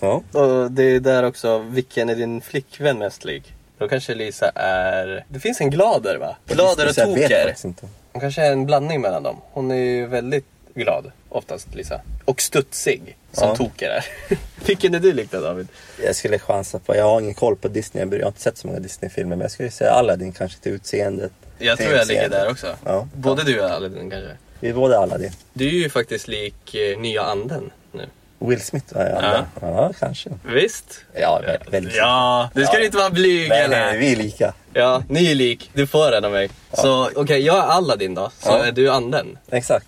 ja.
Och det är där också, vilken är din flickvän mest lik? Då kanske Lisa är... Det finns en glader va? Glader och
Disney, så jag vet
toker.
faktiskt inte.
Hon kanske är en blandning mellan dem. Hon är ju väldigt glad oftast Lisa. Och studsig som
Ja.
toker är. vilken är du lik då David?
Jag skulle chansa på, jag har ingen koll på Disney, jag har inte sett så många Disney-filmer men jag skulle säga Aladdin kanske till utseendet.
Jag
till
tror jag ligger
utseendet.
där också.
Ja.
Både du och Aladdin kanske.
Vi är båda Aladdin.
Du är ju faktiskt lik eh, nya anden nu.
Will Smith var jag ja. ja, kanske.
Visst?
Ja, vä- väldigt.
Ja, du ska
Ja.
inte vara blyg
Nej,
eller?
nej, vi är lika.
Ja, ni är lik. Du får den av mig. Så okej, jag är Aladdin då, så
Ja.
är du anden.
Exakt.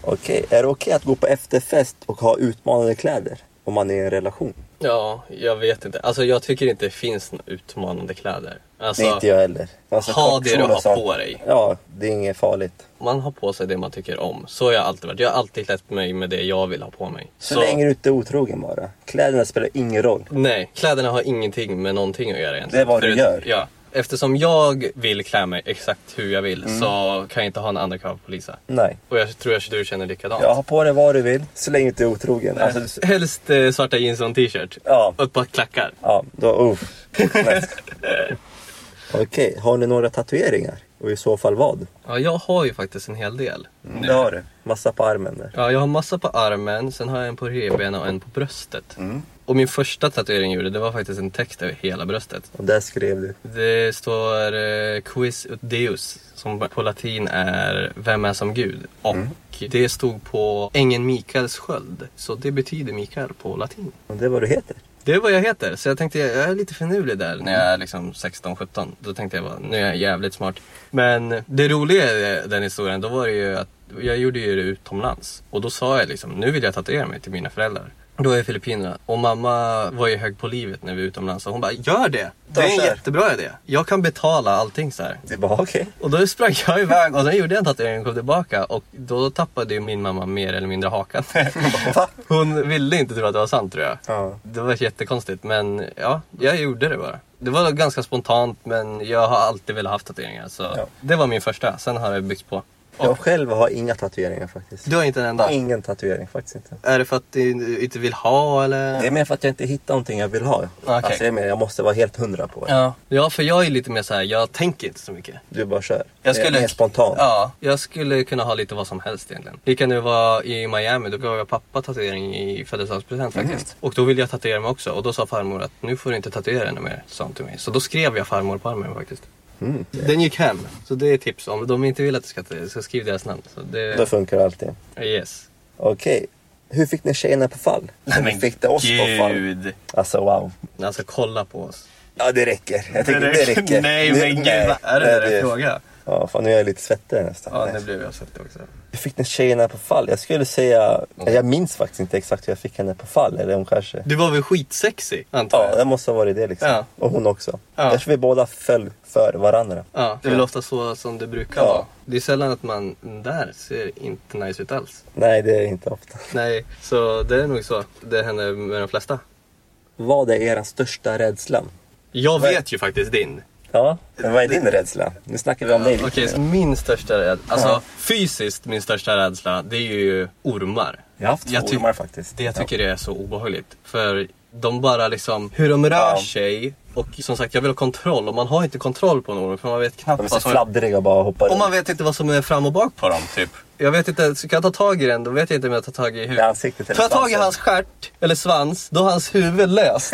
Okej, är det okej att gå på efterfest och ha utmanande kläder? Om man är i en relation?
Ja, jag vet inte. Alltså jag tycker inte det finns några utmanande kläder. Alltså,
Nej, inte jag heller. Alltså,
ha det du
kortkjol och
har
sånt.
på dig.
Ja, det är inget farligt.
man har på sig det man tycker om. Så har jag alltid varit. Jag har alltid klätt mig med det jag vill ha på mig.
Så, länge du inte är otrogen bara. Kläderna spelar ingen roll.
Nej, kläderna har ingenting med någonting att göra egentligen.
Det är vad du
Förut-
gör.
Ja. Eftersom jag vill klä mig exakt hur jag
Mm.
vill så kan jag inte ha en andra krav på Lisa.
Nej.
Och jag tror att du känner likadant.
Jag har på dig vad du vill, så länge du inte är otrogen. Alltså,
Helst eh, svarta jeans och en t-shirt.
Ja.
Och ett par klackar.
Ja, då uff. Nej. Okej, har ni några tatueringar? Och i så fall vad?
Ja, jag har ju faktiskt en hel del.
Det har du. Massa på armen där.
Ja, jag har massa på armen, sen har jag en på revbenen och en på bröstet.
Mm.
Och min första tatuering jag gjorde, det var faktiskt en text över hela bröstet.
Och där skrev du.
Det står eh, Quis ut Deus, som på latin är Vem är som Gud? Och det stod på ängeln Mikaels sköld, så det betyder Mikael på latin.
Och det är vad du heter.
Det är vad jag heter, så jag tänkte jag är lite finurlig där när jag är liksom 16-17. Då tänkte jag bara, nu är jag jävligt smart. Men det roliga i den historien, då var det ju att jag gjorde ju det utomlands. Och då sa jag liksom, nu vill jag tatuera mig till mina föräldrar. Då är jag i Filippinerna och mamma var ju hög på livet när vi var utomlands. Och hon bara, gör det! Det är en
Kör.
jättebra idé. Jag kan betala allting så här.
Det är bara okej.
Och då sprang jag iväg och sen gjorde jag en tatuering och kom tillbaka och då tappade ju min mamma mer eller mindre hakan.
Va?
Hon ville inte tro att det var sant tror jag.
Ja.
Det var jättekonstigt men ja, jag gjorde det bara. Det var ganska spontant men jag har alltid velat ha haft tatueringar så
Ja.
det var min första. Sen har det byggts på.
Jag själv har inga tatueringar faktiskt.
Du har inte en enda?
Ingen tatuering faktiskt inte.
Är det för att du inte vill ha eller?
Det är mer för att jag inte hittar någonting jag vill ha. Alltså, det är mer, jag måste vara helt hundra på det.
Ja. ja, för jag är lite mer så här, jag tänker inte så mycket.
Du bara kör.
Jag
Det är
skulle,
mer spontant.
Ja, jag skulle kunna ha lite vad som helst egentligen. Det kan nu vara i Miami, då gav jag pappa tatuering i födelsedagspresent
Mm.
faktiskt. Och då ville jag tatuera mig också och då sa farmor att nu får du inte tatuera henne mer, sa hon till mig. Så då skrev jag farmor på armen faktiskt.
Mm.
Den gick hem, så det är ett tips. Om de inte vill att du ska tatuera så skriv deras namn. Så
Då
det,
funkar allting.
yes.
Okej. Hur fick ni tjejerna på fall? Hur fick det oss på fall?
gud!
Alltså wow.
Alltså kolla på oss.
Ja det räcker. Jag tycker det räcker.
Nej
Nu-
men gud,
nej.
vad är
Nej,
det där fråga?
Ja, fan, nu är jag lite svettig nästan.
Ja,
Nej.
nu blev jag svettig också.
Hur fick ni tjejerna på fall? Jag skulle säga...
Mm.
Jag minns faktiskt inte exakt hur jag fick henne på fall. Eller hon kanske...
Du var väl skitsexig, antar
Ja,
jag?
det måste ha varit det liksom.
Ja.
Och hon också.
Ja.
Jag tror vi båda föll för varandra.
Ja, det är väl ofta så som det brukar
Ja.
vara. Det är sällan att man, "Den där ser inte nice ut alls.
Nej, det är inte ofta.
Nej, så det är nog så. Det händer med de flesta.
Vad är er största rädsla?
Jag
Vad-
vet ju faktiskt din.
Ja, men vad är din rädsla? Nu snackar vi om dig lite.
Okej, så min största rädsla, alltså fysiskt min största rädsla, det är ju ormar.
Jag har haft
Jag ty-
svordomar faktiskt.
Det jag tycker är så obehagligt. För de bara liksom, hur de rör
Ja.
sig. Och som sagt, jag vill ha kontroll. Och man har inte kontroll på någon. För man vet knappt
De är så
vad som...
fladdriga och bara hoppar
Och Alltså- man
runt
vet inte vad som är fram och bak på dem, typ. Jag vet inte, ska jag ta tag i den? Då vet jag inte om jag tar tag i
i
huvudet.
ansiktet
Tar jag tag i
svansen.
hans stjärt eller svans, då har hans huvud löst.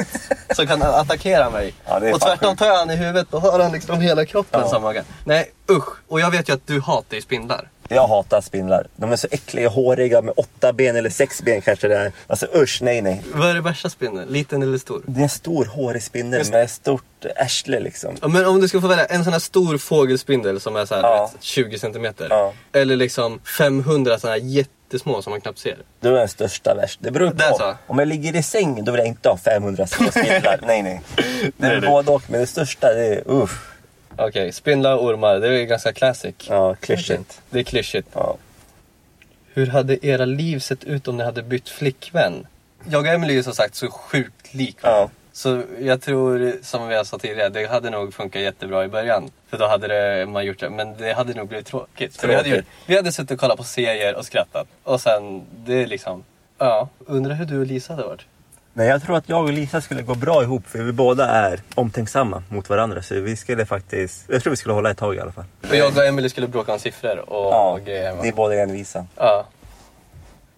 Så kan han attackera mig.
Ja, det är
och
fan
tvärtom,
sjukt.
tar jag han i huvudet, då har han liksom hela kroppen
Ja.
samma gång. Nej, usch. Och jag vet ju att du hatar ju spindlar.
Jag hatar spindlar. De är så äckliga, håriga med åtta ben eller sex ben kanske det är. Alltså usch, nej nej.
Vad är det värsta spindeln? Liten eller stor?
Det är en stor hårig spindel med ett stort arsle liksom.
Ja, Men om du ska få välja en sån här stor fågelspindel som är så här,
Ja.
vet, 20 centimeter.
Ja.
Eller liksom 500 såna här jättesmå som man knappt ser.
Du är den största värst. Det beror
Där
på.
så.
Om jag ligger i säng då vill jag inte ha 500 små spindlar. nej nej. Det
Nej,
är
nej.
både och, men det största det är uff.
Okej, spindlar och ormar, det är ju ganska classic.
Ja, klyschigt.
Det är klyschigt.
Ja.
Hur hade era liv sett ut om ni hade bytt flickvän? Jag och Emily är som sagt så sjukt lik. va?
Ja.
Så jag tror, som jag sa tidigare, det hade nog funkat jättebra i början. För då hade det, man gjort det, men det hade nog blivit tråkigt. För Vi, hade gjort,
Tråkigt.
vi hade suttit och kollat på serier och skrattat. Och sen, det är liksom, ja. Undrar hur du och Lisa hade varit.
Nej, jag tror att jag och Lisa skulle gå bra ihop för vi båda är omtänksamma mot varandra. Så vi skulle faktiskt, jag tror vi skulle hålla ett tag i alla fall.
Och jag och Emily skulle bråka om siffror och, och grejer.
ni är
va?
båda envisa.
Ja.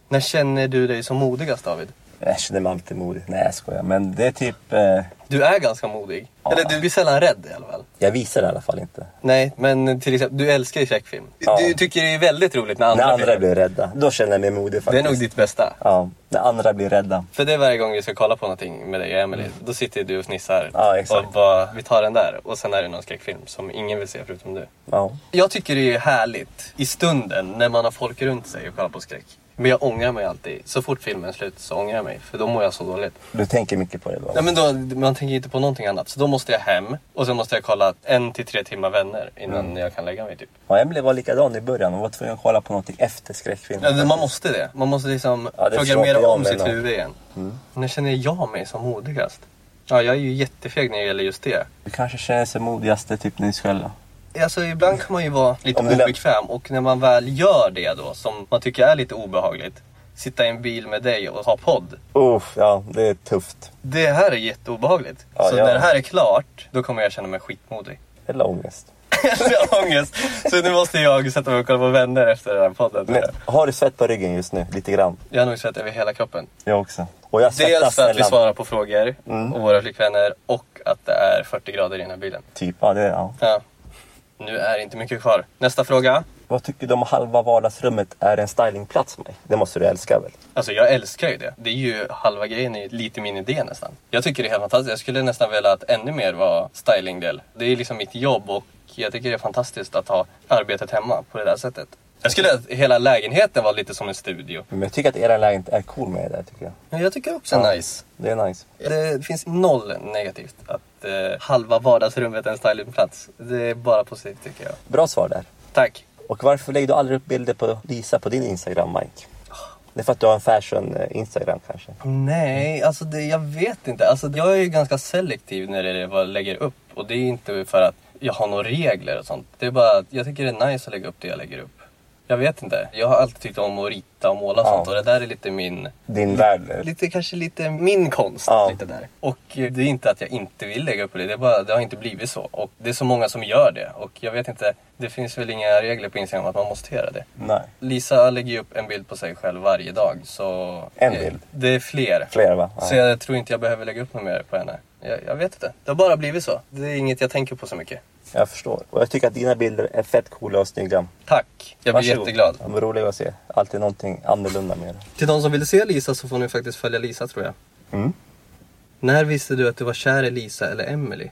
När känner du dig som modigast David?
Jag känner mig alltid modig. Nej, jag skojar. Men det är typ, eh,
Du är ganska modig. Eller du blir sällan rädd i alla fall.
jag visar det i alla fall inte.
Nej, men till exempel, du älskar ju skräckfilm.
Ja.
Du tycker det är väldigt roligt när andra,
När andra
filmer-
blir rädda, då känner jag mig modig
Det är
faktiskt.
nog ditt bästa.
Ja, när andra blir rädda.
För det är varje gång vi ska kolla på någonting med dig och Emily. Då sitter du och fnissar.
Mm. Ja, exakt.
Och bara, vi tar den där. Och sen är det någon skräckfilm som ingen vill se förutom du.
Ja.
Jag tycker det är härligt i stunden när man har folk runt sig och kollar på skräck. Men jag ångrar mig alltid. Så fort filmen är slut så ångrar jag mig. För då mår jag så dåligt.
Du tänker mycket på det då?
Nej, men då, man tänker inte på någonting annat. Så då måste jag hem. Och sen måste jag kolla en till tre timmar vänner innan
Mm.
jag kan lägga mig typ.
Ja, Emelie var likadan i början. Hon var tvungen att kolla på någonting efter
Ja,
skräckfilmen.
det- man måste det. Man måste liksom
Ja, det
programmera
försöker jag Mm.
om sitt
med.
huvud igen. När känner jag mig som modigast? Ja, jag är ju jättefeg när det gäller just det.
Du kanske känner sig modigaste typ när du ska skälla.
Alltså ibland kan man ju vara lite
Om det lä-
obekväm och när man väl gör det då som man tycker är lite obehagligt. Sitta i en bil med dig och ha podd.
Uff, ja det är tufft.
Det här är jätteobehagligt.
Ja,
så
ja.
när det här är klart, då kommer jag känna mig skitmodig.
Eller ångest.
Eller ångest. Så nu måste jag sätta mig och kolla på vänner efter den här podden.
Men, har du svett på ryggen just nu? Lite grann.
Jag har nog svett över hela kroppen.
Jag också. Och jag
Dels
svettas
för att vi
mellan...
svarar på frågor och våra flickvänner och att det är 40 grader i den här bilen.
Typ, ja, det, ja.
Ja. Nu är det inte mycket kvar. Nästa fråga.
Vad tycker du om halva vardagsrummet är en stylingplats? Maj? Det måste du älska väl?
Alltså jag älskar ju det. Det är ju halva grejen i lite min idé nästan. Jag tycker det är helt fantastiskt. Jag skulle nästan vilja att ännu mer var stylingdel. Det är liksom mitt jobb och jag tycker det är fantastiskt att ha arbetet hemma på det där sättet. Jag skulle vilja att hela lägenheten var lite som en studio.
Men jag tycker att era lägenhet är cool med det där tycker jag.
Men jag tycker också
Ja.
nice.
Det är nice.
Eh, Det finns noll negativt att eh, halva vardagsrummet är en stylingplats. Det är bara positivt tycker jag.
Bra svar där.
Tack.
Och varför lägger du aldrig upp bilder på Lisa på din Instagram, Mike? Det är för att du har en fashion eh, Instagram kanske.
Nej, alltså det, jag vet inte. Alltså, jag är ju ganska selektiv när det är vad jag lägger upp. Och det är inte för att jag har några regler och sånt. Det är bara att jag tycker det är nice att lägga upp det jag lägger upp. Jag vet inte. Jag har alltid tyckt om att rita och måla och
Ja.
sånt. Och det där är lite min...
Din värld.
Lite, kanske lite min konst.
Ja.
Lite där. Och eh, det är inte att jag inte vill lägga upp på det. Det, är bara, det har inte blivit så. Och det är så många som gör det. Och jag vet inte. Det finns väl inga regler på Instagram att man måste göra det.
Nej.
Lisa lägger ju upp en bild på sig själv varje dag. Så
En
eh,
bild?
Det är fler.
Fler va? Ja.
Så jag tror inte jag behöver lägga upp något mer på henne. Jag, jag vet inte. Det har bara blivit så. Det är inget jag tänker på så mycket.
Jag förstår. Och jag tycker att dina bilder är fett coola och snygga.
Tack! Jag blir
Varsågod.
jätteglad.
De är roliga att se. Alltid någonting annorlunda med det.
Till de som vill se Lisa så får ni faktiskt följa Lisa tror jag. När visste du att du var kär i Lisa eller Emily?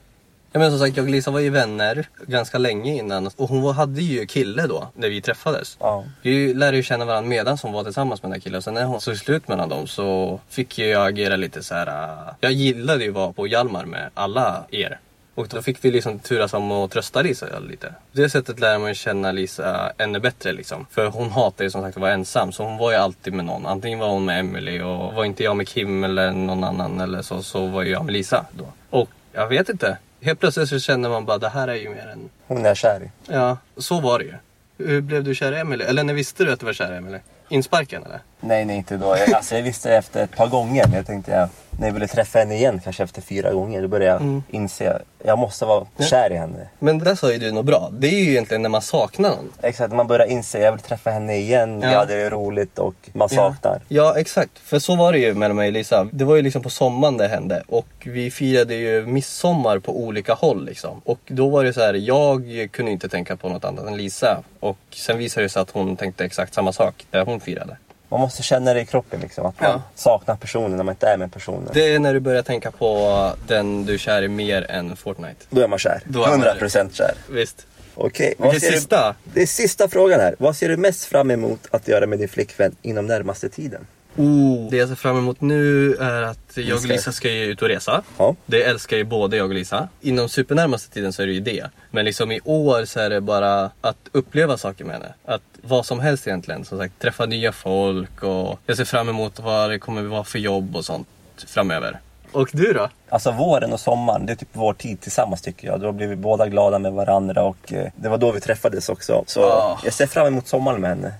Ja men som sagt, jag och Lisa var ju vänner ganska länge innan och hon var, hade ju kille då när vi träffades.
Ja.
Vi lärde ju känna varandra medan hon var tillsammans med den här killen. Sen när hon såg slut mellan dem så fick ju jag agera lite så här. äh, Jag gillade ju att vara på Hjalmar med alla er. Och då fick vi liksom turas om att trösta Lisa lite. På det sättet lär man ju känna Lisa ännu bättre liksom. För hon hatar ju som sagt att vara ensam. Så hon var ju alltid med någon. Antingen var hon med Emily och var inte jag med Kim eller någon annan eller så, så var ju jag med Lisa då. Och jag vet inte. Helt plötsligt så känner man bara det här är ju mer än
Hon är jag kär i.
Ja, så var det ju. Hur blev du kär i Emily? Eller när visste du att du var kär i Emily? insparken eller?
Nej, nej inte då. Jag, alltså, jag visste efter ett par gånger men jag tänkte jag, när jag ville träffa henne igen kanske efter fyra gånger då började jag
Mm.
inse jag måste vara kär i henne.
Men det där sa ju du något bra. Det är ju egentligen när man saknar någon.
Exakt, man börjar inse jag vill träffa henne igen, vi
Ja.
hade det roligt och man saknar.
Ja exakt, för så var det ju mellan mig och Lisa. Det var ju liksom på sommaren det hände och vi firade ju midsommar på olika håll liksom. Och då var det så här, jag kunde inte tänka på något annat än Lisa. Och sen visade det sig att hon tänkte exakt samma sak där hon firade.
Man måste känna det i kroppen liksom, att man
Ja.
saknar personen när man inte är med personen.
Det är när du börjar tänka på den du är kär i mer än Fortnite.
Då är man kär.
Då är man
100% kär.
Visst.
Okej, vad
Vilken
ser du-
sista?
Det är sista frågan här. Vad ser du mest fram emot att göra med din flickvän inom närmaste tiden?
Oh. Det jag ser fram emot nu är att jag och
ska-
Lisa ska ju ut och resa.
Ja.
Det älskar ju både jag och Lisa. Inom supernärmaste tiden så är det ju det. Men liksom i år så är det bara att uppleva saker med henne. Att vad som helst egentligen. Som sagt, träffa nya folk och jag ser fram emot vad det kommer vara för jobb och sånt framöver. Och du då?
Alltså våren och sommaren, det är typ vår tid tillsammans tycker jag. Då blir vi båda glada med varandra och eh, det var då vi träffades också. Så
Ja.
jag ser fram emot sommaren med henne.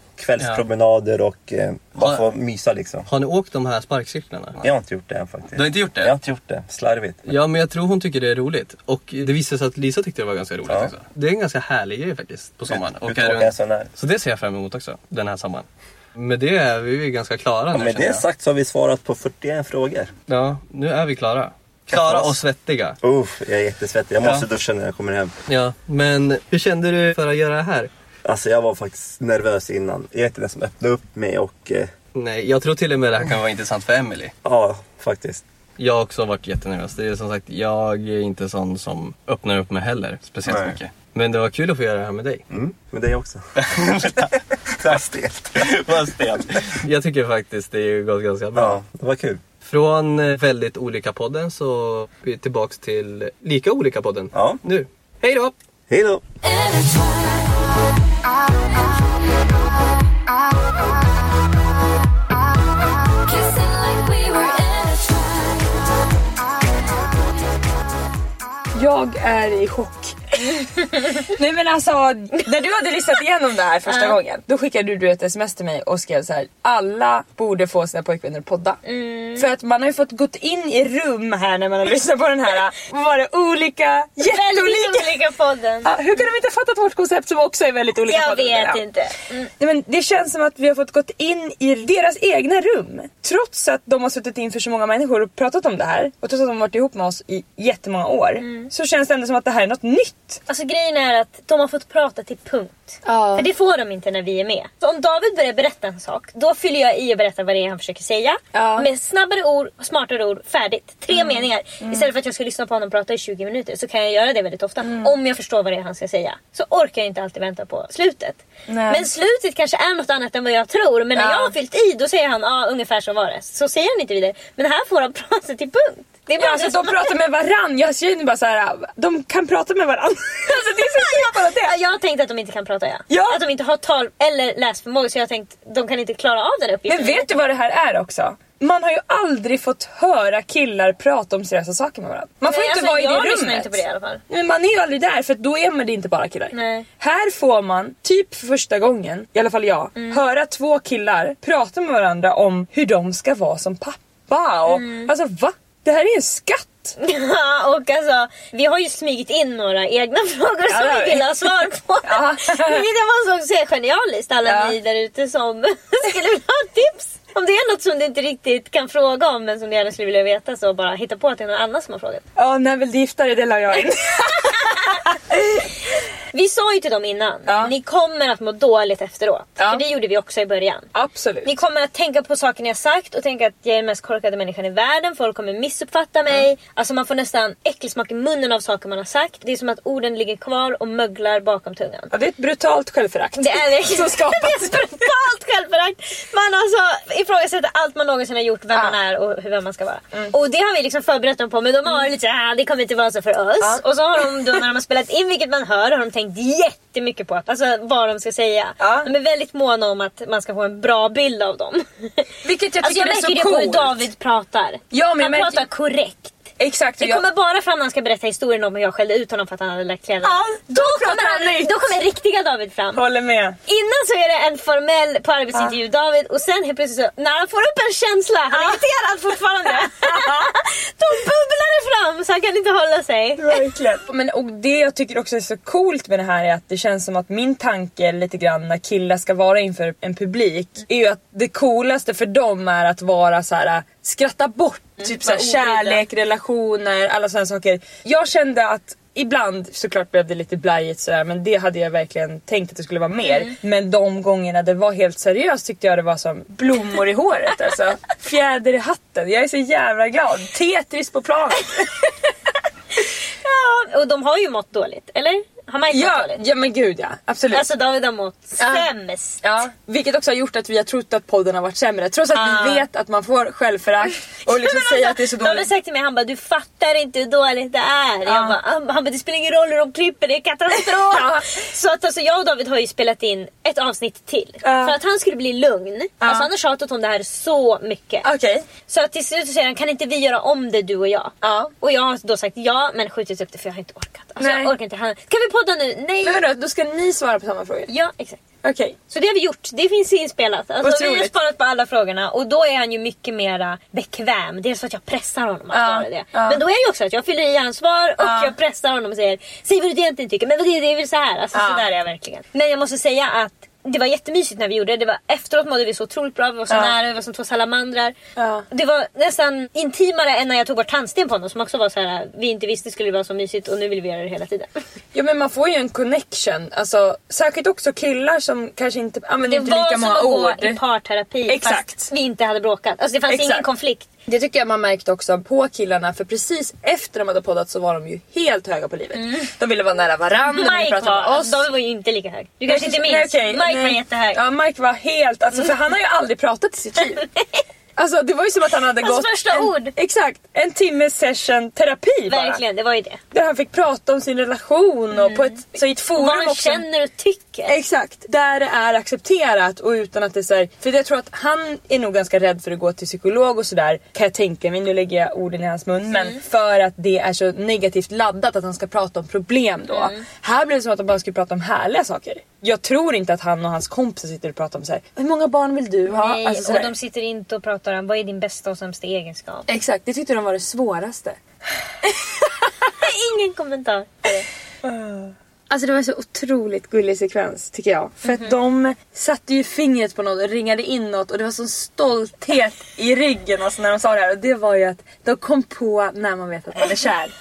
Kvällspromenader och eh, bara
Ja.
få mysa liksom.
Har ni åkt de här sparkcyklarna?
Jag har inte gjort det än faktiskt.
Du har inte gjort det?
Jag har inte gjort det. Slarvigt.
Ja men jag tror hon tycker det är roligt. Och det visade sig att Lisa tyckte det var ganska roligt
Ja.
också. Det är en ganska härlig grej faktiskt på sommaren.
Ut-
är
uttråka
runt-
en sån här.
Så det ser jag fram emot också, den här sommaren. Med det är vi ju ganska klara
Ja,
nu
med
känner
det
jag.
sagt så har vi svarat på 41 frågor.
Ja, nu är vi klara. Klara och svettiga.
Uff, jag är jättesvettig. Jag måste
Ja.
duscha när jag kommer hem.
Ja, men hur kände du för att göra det här?
Alltså jag var faktiskt nervös innan. Jag är inte den som öppnade upp mig och eh,
Nej, jag tror till och med det här kan vara intressant för Emily.
ja, faktiskt.
Jag har också varit jättenervös. Det är som sagt, jag är inte sån som öppnar upp mig heller speciellt
Nej.
mycket. Men det var kul att få göra det här med dig.
Mm, men det är jag också. Vad stelt. Vad stelt.
Jag tycker faktiskt det gått ganska bra.
Ja, det var kul.
Från eh, väldigt olika podden så är vi tillbaks till lika olika podden.
Ja.
Nu. Hej då!
Hej då!
Kissing like we were in a trap.
Jag är i chock. Nej men alltså, när du hade listat igenom det här första gången, då skickade du ett sms till mig och skrev så här: alla borde få sina pojkvänner att podda. För att man har ju fått gått in i rum här när man har lyssnat på den här, vad var det, olika,
Väldigt
jätteolika.
olika podden.
Ja, hur kan de inte ha fattat vårt koncept som också är väldigt olika?
Jag
poddar?
vet
Ja.
inte.
Nej, men det känns som att vi har fått gått in i deras egna rum. Trots att de har suttit in för så många människor och pratat om det här och trots att de har varit ihop med oss i jättemånga år
Mm.
så känns det ändå som att det här är något nytt.
Alltså grejen är att de har fått prata till punkt. För det får de inte när vi är med. Så om David börjar berätta en sak, då fyller jag i och berättar vad det är han försöker säga.
Ja. Mm.
Med snabbare ord, smartare ord, färdigt. Tre meningar. Istället för att jag ska lyssna på honom prata i 20 minuter så kan jag göra det väldigt ofta.
Mm.
Om jag förstår vad det är han ska säga. Så orkar jag inte alltid vänta på slutet.
Nej.
Men slutet kanske är något annat än vad jag tror. Men när
Ja.
jag har fyllt i då säger han ja ungefär så var det. Så säger han inte vidare. Men här får han prata till punkt. Det är
Ja, alltså, de pratar med varann. Jag känner bara så här, de kan prata med varann. alltså, det är så sjukt bara
Ja,
det.
jag har tänkt att de inte kan prata ja.
Ja.
Att de inte har tal eller läsförmåga så jag har tänkt de kan inte klara av den här uppgiften.
Men vet du vad det här är också? Man har ju aldrig fått höra killar prata om seriösa saker med varandra. Man får
Nej,
inte
alltså,
vara i det
jag
rummet.
lyssnar inte på det i alla fall.
Nej, Men man är ju aldrig där för att då är man det inte bara killar.
Nej.
Här får man, typ för första gången, i alla fall jag,
Mm.
höra två killar prata med varandra om hur de ska vara som pappa. Och,
Mm.
Alltså va? Det här är en skatt!
Ja, och alltså, vi har ju smugit in några egna frågor
Ja, det
som
har
vi
vi.
vill ha svar på.
Ja.
Men det var också så genialiskt alla
Ja.
ni där ute som skulle vilja ha tips. Om det är något som du inte riktigt kan fråga om men som du gärna skulle vilja veta så bara hitta på att det är någon annan som har frågat.
Ja, när väl giftare det la jag in.
Vi sa ju till dem innan,
Ja.
ni kommer att må dåligt efteråt.
Ja.
För det gjorde vi också i början.
Absolut.
Ni kommer att tänka på saker ni har sagt och tänka att jag är den mest korkade människan i världen. Folk kommer missuppfatta mig. Alltså man får nästan äckelsmak i munnen av saker man har sagt. Det är som att orden ligger kvar och möglar bakom tungan.
Ja, det är ett brutalt självförakt
Det är verkligen
som skapats.
det är ett brutalt självförakt. Man alltså ifrågasätter allt man någonsin har gjort, vem
Ja.
man är och hur vem man ska vara. Och det har vi liksom förberett dem på men de har varit lite såhär, ah, det kommer inte vara så för oss. Och så har de då när de har spelat in, vilket man hör, har de tänkt jättemycket på alltså, vad de ska säga.
Ja.
De är väldigt måna om att man ska få en bra bild av dem.
Vilket jag
Alltså jag
tycker
märker
är
det
så
på
coolt.
hur David pratar.
Ja, men jag
han
märker-
pratar korrekt.
Exakt.
Det
och jag-
kommer bara fram när han ska berätta historien om hur jag skällde ut honom för att han hade läckt kläderna.
Ja, då pratar han nytt.
Då kommer riktiga David fram.
Håller med.
Innan så är det en
Ah.
formell på arbetsintervju David och sen helt plötsligt så, när han får upp en känsla, han är
Ah.
irriterad fortfarande. då bubblar det fram så han kan inte hålla sig.
Verkligen. Men, och det jag tycker också är så coolt med det här är att det känns som att min tanke lite grann när killar ska vara inför en publik är ju att det coolaste för dem är att vara så här äh, skratta bort typ så här, kärlek, relationer, alla sådana saker. Jag kände att Ibland såklart blev det lite blajigt sådär men det hade jag verkligen tänkt att det skulle vara mer. Men de gångerna det var helt seriöst tyckte jag det var som blommor i håret alltså. Fjäder i hatten. Jag är så jävla glad. Tetris på planen.
Ja, och de har ju mått dåligt, eller? Har man inte mått
Ja,
dåligt?
ja men gud ja. Absolut. Ah.
Alltså David har mått sämst.
ja. Vilket också har gjort att vi har trott att podden har varit sämre. Trots att vi
Ah.
vet att man får självförakt och liksom
Men
säga
alltså,
att det är så
David
dåligt.
sa till mig, han bara du fattar inte hur dåligt det är. Jag bara, han han bara det spelar ingen roll hur de klipper, det är
Ja.
katastrof. så att alltså, jag och David har ju spelat in ett avsnitt till.
Ja.
För att han skulle bli lugn. Alltså, han har tjatat om det här så mycket.
Okej.
Så att till slut så säger han, kan inte vi göra om det du och jag?
Ja.
Och jag har då sagt ja men skjutit upp det för jag har inte orkat. Alltså,
Nej.
jag orkar inte. Han, kan vi podda nu? Nej.
Men vadå, då ska ni svara på samma frågor?
Ja exakt.
Okej.
Så det har vi gjort, det finns inspelat. Alltså, vi har
Otroligt.
sparat på alla frågorna och då är han ju mycket mera bekväm. Dels för att jag pressar honom att
Ja,
göra det.
ja.
Men då är det ju också att jag fyller i ansvar och
Ja.
jag pressar honom och säger Säg vad du egentligen tycker, men vad det, det är väl så här. Alltså,
Ja.
så där är jag verkligen. Men jag måste säga att det var jättemysigt när vi gjorde det. det var, efteråt mådde vi så otroligt bra, vi var så
Ja.
nära, vi var som två salamandrar.
Ja.
Det var nästan intimare än när jag tog bort tandsten på honom som också var så här. vi inte visste det skulle vara så mysigt och nu vill vi göra det hela tiden.
Ja men man får ju en connection. Alltså, särskilt också killar som kanske inte
Det
använder inte
var
lika
som
många
att
ord.
gå i parterapi
Exakt.
fast vi inte hade bråkat. Alltså det fanns
Exakt.
ingen konflikt.
Det tycker jag man märkte också på killarna för precis efter de hade poddat så var de ju helt höga på livet.
Mm.
De ville vara nära varandra, de ville
Mike
prata med
var,
oss.
David var ju inte lika hög. Du kanske inte minns?
okej,
Mike var
nej.
jättehög.
Ja, Mike var helt... Alltså, för han har ju aldrig pratat i sitt liv. Alltså det var ju som att han hade
Hans
gått...
första
en,
ord.
Exakt! En timmes session terapi bara.
Verkligen, det var ju det.
Där han fick prata om sin relation och på ett, så i ett forum
Vad man
också.
känner och tycker.
Exakt, där det är accepterat och utan att det är så här, För jag tror att han är nog ganska rädd för att gå till psykolog och sådär. Kan jag tänka mig, nu lägger jag orden i hans mun.
Mm.
Men för att det är så negativt laddat att han ska prata om problem då.
Mm.
Här blev det som att de bara skulle prata om härliga saker. Jag tror inte att han och hans kompisar sitter och pratar om så här. Hur många barn vill du ha?
Nej,
Alltså så
och
här.
de sitter inte och pratar om vad är din bästa och sämsta egenskap.
Exakt, det tyckte de var det svåraste.
Ingen kommentar.
Alltså det var en så otroligt gullig sekvens tycker jag. För att de satte ju fingret på något och ringade in något och det var sån stolthet i ryggen alltså, när de sa det här. Och det var ju att de kom på när man vet att man är kär.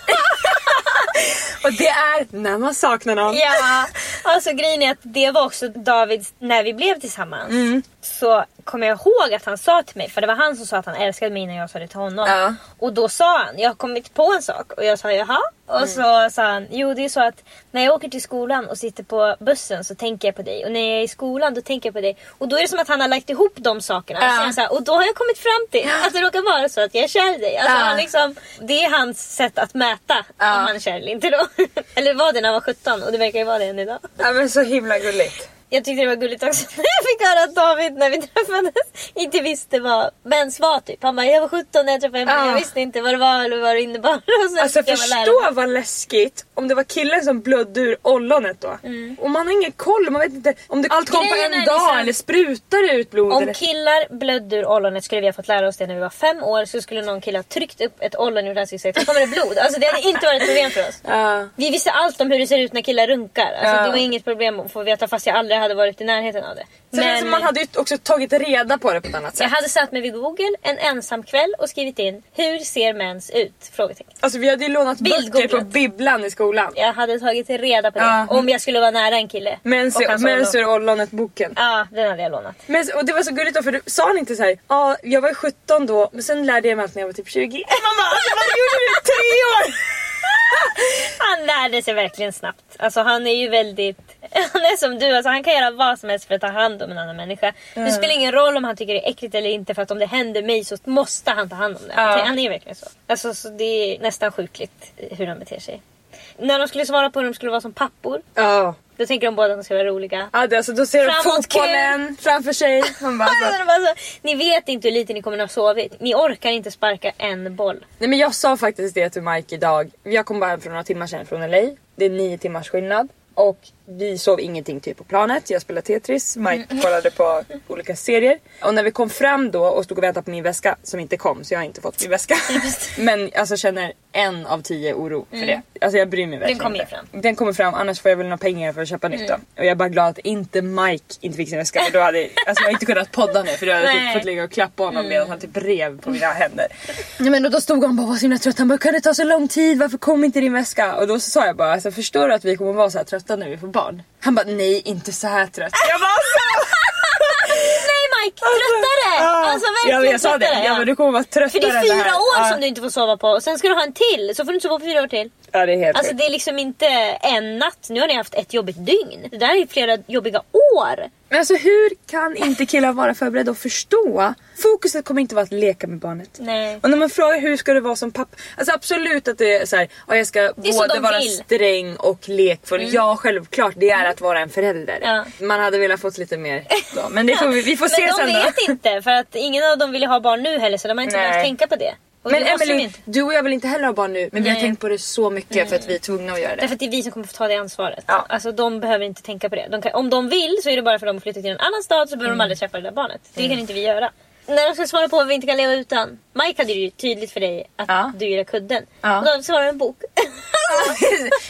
och det är när man saknar någon.
Ja, alltså grejen är att det var också Davids, när vi blev tillsammans
Mm.
så kommer jag ihåg att han sa till mig, för det var han som sa att han älskade mig innan jag sa det till honom.
Ja.
Och då sa han, jag har kommit på en sak och jag sa jaha. Och
Mm.
så sa han, jo det är så att när jag åker till skolan och sitter på bussen så tänker jag på dig och när jag är i skolan då tänker jag på dig. Och då är det som att han har lagt ihop de sakerna.
Ja.
Så jag sa, och då har jag kommit fram till att det råkar vara så att jag är kär i dig. Alltså,
Ja.
han liksom, det är hans sätt att mäta om han är kär eller inte då. eller var det när han var 17 och det verkar ju vara det än idag.
Ja men så himla gulligt.
Jag tyckte det var gulligt också när jag fick höra att David när vi träffades inte visste vad mens var typ. Han bara jag var 17 när jag träffade henne men
Ja.
jag visste inte vad det var eller vad det innebar. Och sen
Alltså
fick jag vara
förstå vad läskigt om det var killen som blödde ur ollonet då. Och man har ingen koll, man vet inte Mm. om det allt kom på
Grejen
en
är
dag
liksom-
eller sprutar ut blod.
Om
eller...
killar blödde ur ollonet skulle vi ha fått lära oss det när vi var fem år så skulle någon kille ha tryckt upp ett ollon ur hans ansikte och kommer det blod. Alltså det hade inte varit ett problem för oss.
Ja.
Vi visste allt om hur det ser ut när killar runkar. Alltså
Ja.
det var inget problem att få veta fast jag aldrig hade varit i närheten av det.
Så det är som man hade ju också tagit reda på det på ett annat
jag
sätt.
hade satt mig vid google en ensam kväll och skrivit in hur ser mens ut? Frågetecken.
Alltså vi hade ju lånat böcker
Bildgooglat.
på bibblan i skolan.
Jag hade tagit reda på det.
Ja.
Om jag skulle vara nära en kille.
Mens
Och hans
mens
ollon.
ur ollonet-boken.
Ja, den hade jag lånat.
Men, och det var så gulligt då för du sa han inte så här, ja jag var 17 då men sen lärde jag mig allt när jag var typ 20. Mamma alltså vad gjorde du i tre år?
Han lärde sig verkligen snabbt. Alltså han är ju väldigt... Han är som du, alltså, han kan göra vad som helst för att ta hand om en annan människa. Det spelar ingen roll om han tycker det är äckligt eller inte för att om det händer mig så måste han ta hand om det.
Ja.
Han är ju verkligen så. Alltså så det är nästan sjukligt hur han beter sig. När de skulle svara på hur de skulle vara som pappor
Ja.
Då tänker de båda att de ska vara roliga.
Ja, det, alltså, då ser du
Framåt,
fotbollen framför sig. Man bara,
Alltså,
så,
de bara så, ni vet inte hur lite ni kommer att ha sovit. Ni orkar inte sparka en boll.
nej, men jag sa faktiskt det till Mike idag. Jag kom bara hem för några timmar sedan från LA. Det är nio timmars skillnad. Och vi sov ingenting typ på planet. Jag spelade Tetris,
Mm.
Mike kollade på olika serier. Och när vi kom fram då och stod och väntade på min väska som inte kom så jag har inte fått min väska. Men alltså känner en av tio oro för det. Alltså jag bryr mig verkligen
Mm. kommer ju
inte.
fram. Mm.
Den kommer fram annars får jag väl några pengar för att köpa nytt då. Och jag är bara glad att inte Mike inte fick sin väska för då hade alltså jag hade inte kunnat podda nu för då hade jag typ
Nej. Mm.
fått ligga och klappa honom medan han typ rev på mina händer. Nej, men och då stod han bara och var så himla trött. Han bara kan det ta så lång tid? Varför kom inte din väska? Och då så sa jag bara alltså, förstår du att vi kommer vara så här trötta när vi får barn? Han bara nej inte så här trött. Jag bara "Alltså, så!
Nej Mike, tröttare!
Ja.
Alltså
ja,
verkligen
men jag sa det.
tröttare.
Ja, men du kommer vara tröttare
För det är
än
fyra
här.
år
ja.
som du inte får sova på och sen ska du ha en till så får du inte sova på fyra år till.
Ja det är helt
Alltså
sjukt.
det är liksom inte en natt, nu har ni haft ett jobbigt dygn. Det där är ju flera jobbiga år.
Men alltså hur kan inte killar vara förberedda och förstå? Fokuset kommer inte vara att leka med barnet.
Nej.
Och när man frågar hur ska du vara som pappa? Alltså absolut att det är såhär, ja, jag ska
är så
både
de
vara
vill. Mm.
sträng och lekfull. Ja självklart, det är att vara en förälder.
Ja.
Man hade velat fått lite mer då. Men det får vi, vi får se
Men de
sen då.
vet inte för att ingen av dem ville ha barn nu heller så de har inte
Nej.
börjat tänka på det. Och
Men
det måste de
Emily,
inte.
du och jag vill inte heller ha barn nu men vi har
Nej.
tänkt på det så mycket för att vi är tvungna att göra det.
Därför att det är vi som kommer få ta det ansvaret.
Ja.
Alltså de behöver inte tänka på det. De kan, om de vill så är det bara för dem att flytta till en annan stad så behöver
Mm.
de aldrig träffa det där barnet. Det kan inte vi göra. När de ska svara på vad vi inte kan leva utan. Mike hade ju tydligt för dig att
Ja.
du gillar kudden.
Ja.
Och de svarar en bok.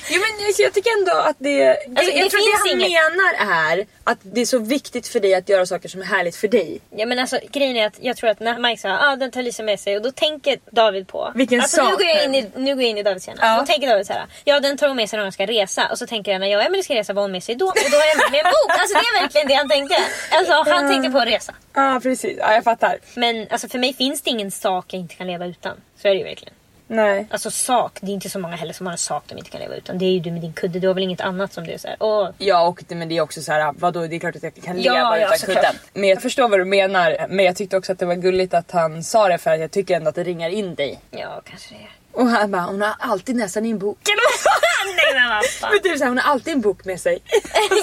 jo, men jag- jag tycker ändå att det... det jag
det
tror det
finns
han
inget-
menar är att det är så viktigt för dig att göra saker som är härligt för dig.
Ja men alltså grejen är att jag tror att när Mike sa ah, den tar Lisa med sig och då tänker David på.
Vilken
alltså, nu
sak.
går, jag in i, nu går jag in i Davids hjärna.
Ja.
Då tänker David så här. Ja den tar hon med sig när hon ska resa. Och så tänker jag när jag och Emelie ska resa vad har hon med sig då? Och då har jag med mig en bok. Alltså det är verkligen det han tänkte. Alltså han tänkte på en resa.
Ja precis, ja, jag fattar.
Men alltså, för mig finns det ingen sak jag inte kan leva utan. Så är det ju verkligen.
Nej.
Alltså sak, det är inte så många heller som har en sak de inte kan leva utan. Det är ju du med din kudde. Du har väl inget annat som du är så här. Åh,
Ja och det, men det är också så här, vadå det är klart att jag kan
Ja,
leva
ja,
utan
såklart.
kudden. Men jag förstår vad du menar. Men jag tyckte också att det var gulligt att han sa det för att jag tycker ändå att det ringar in dig.
ja kanske det är.
Och han bara, hon har alltid näsan i en bok.
Nej men vad fan.
Men typ såhär, hon har alltid en bok med sig.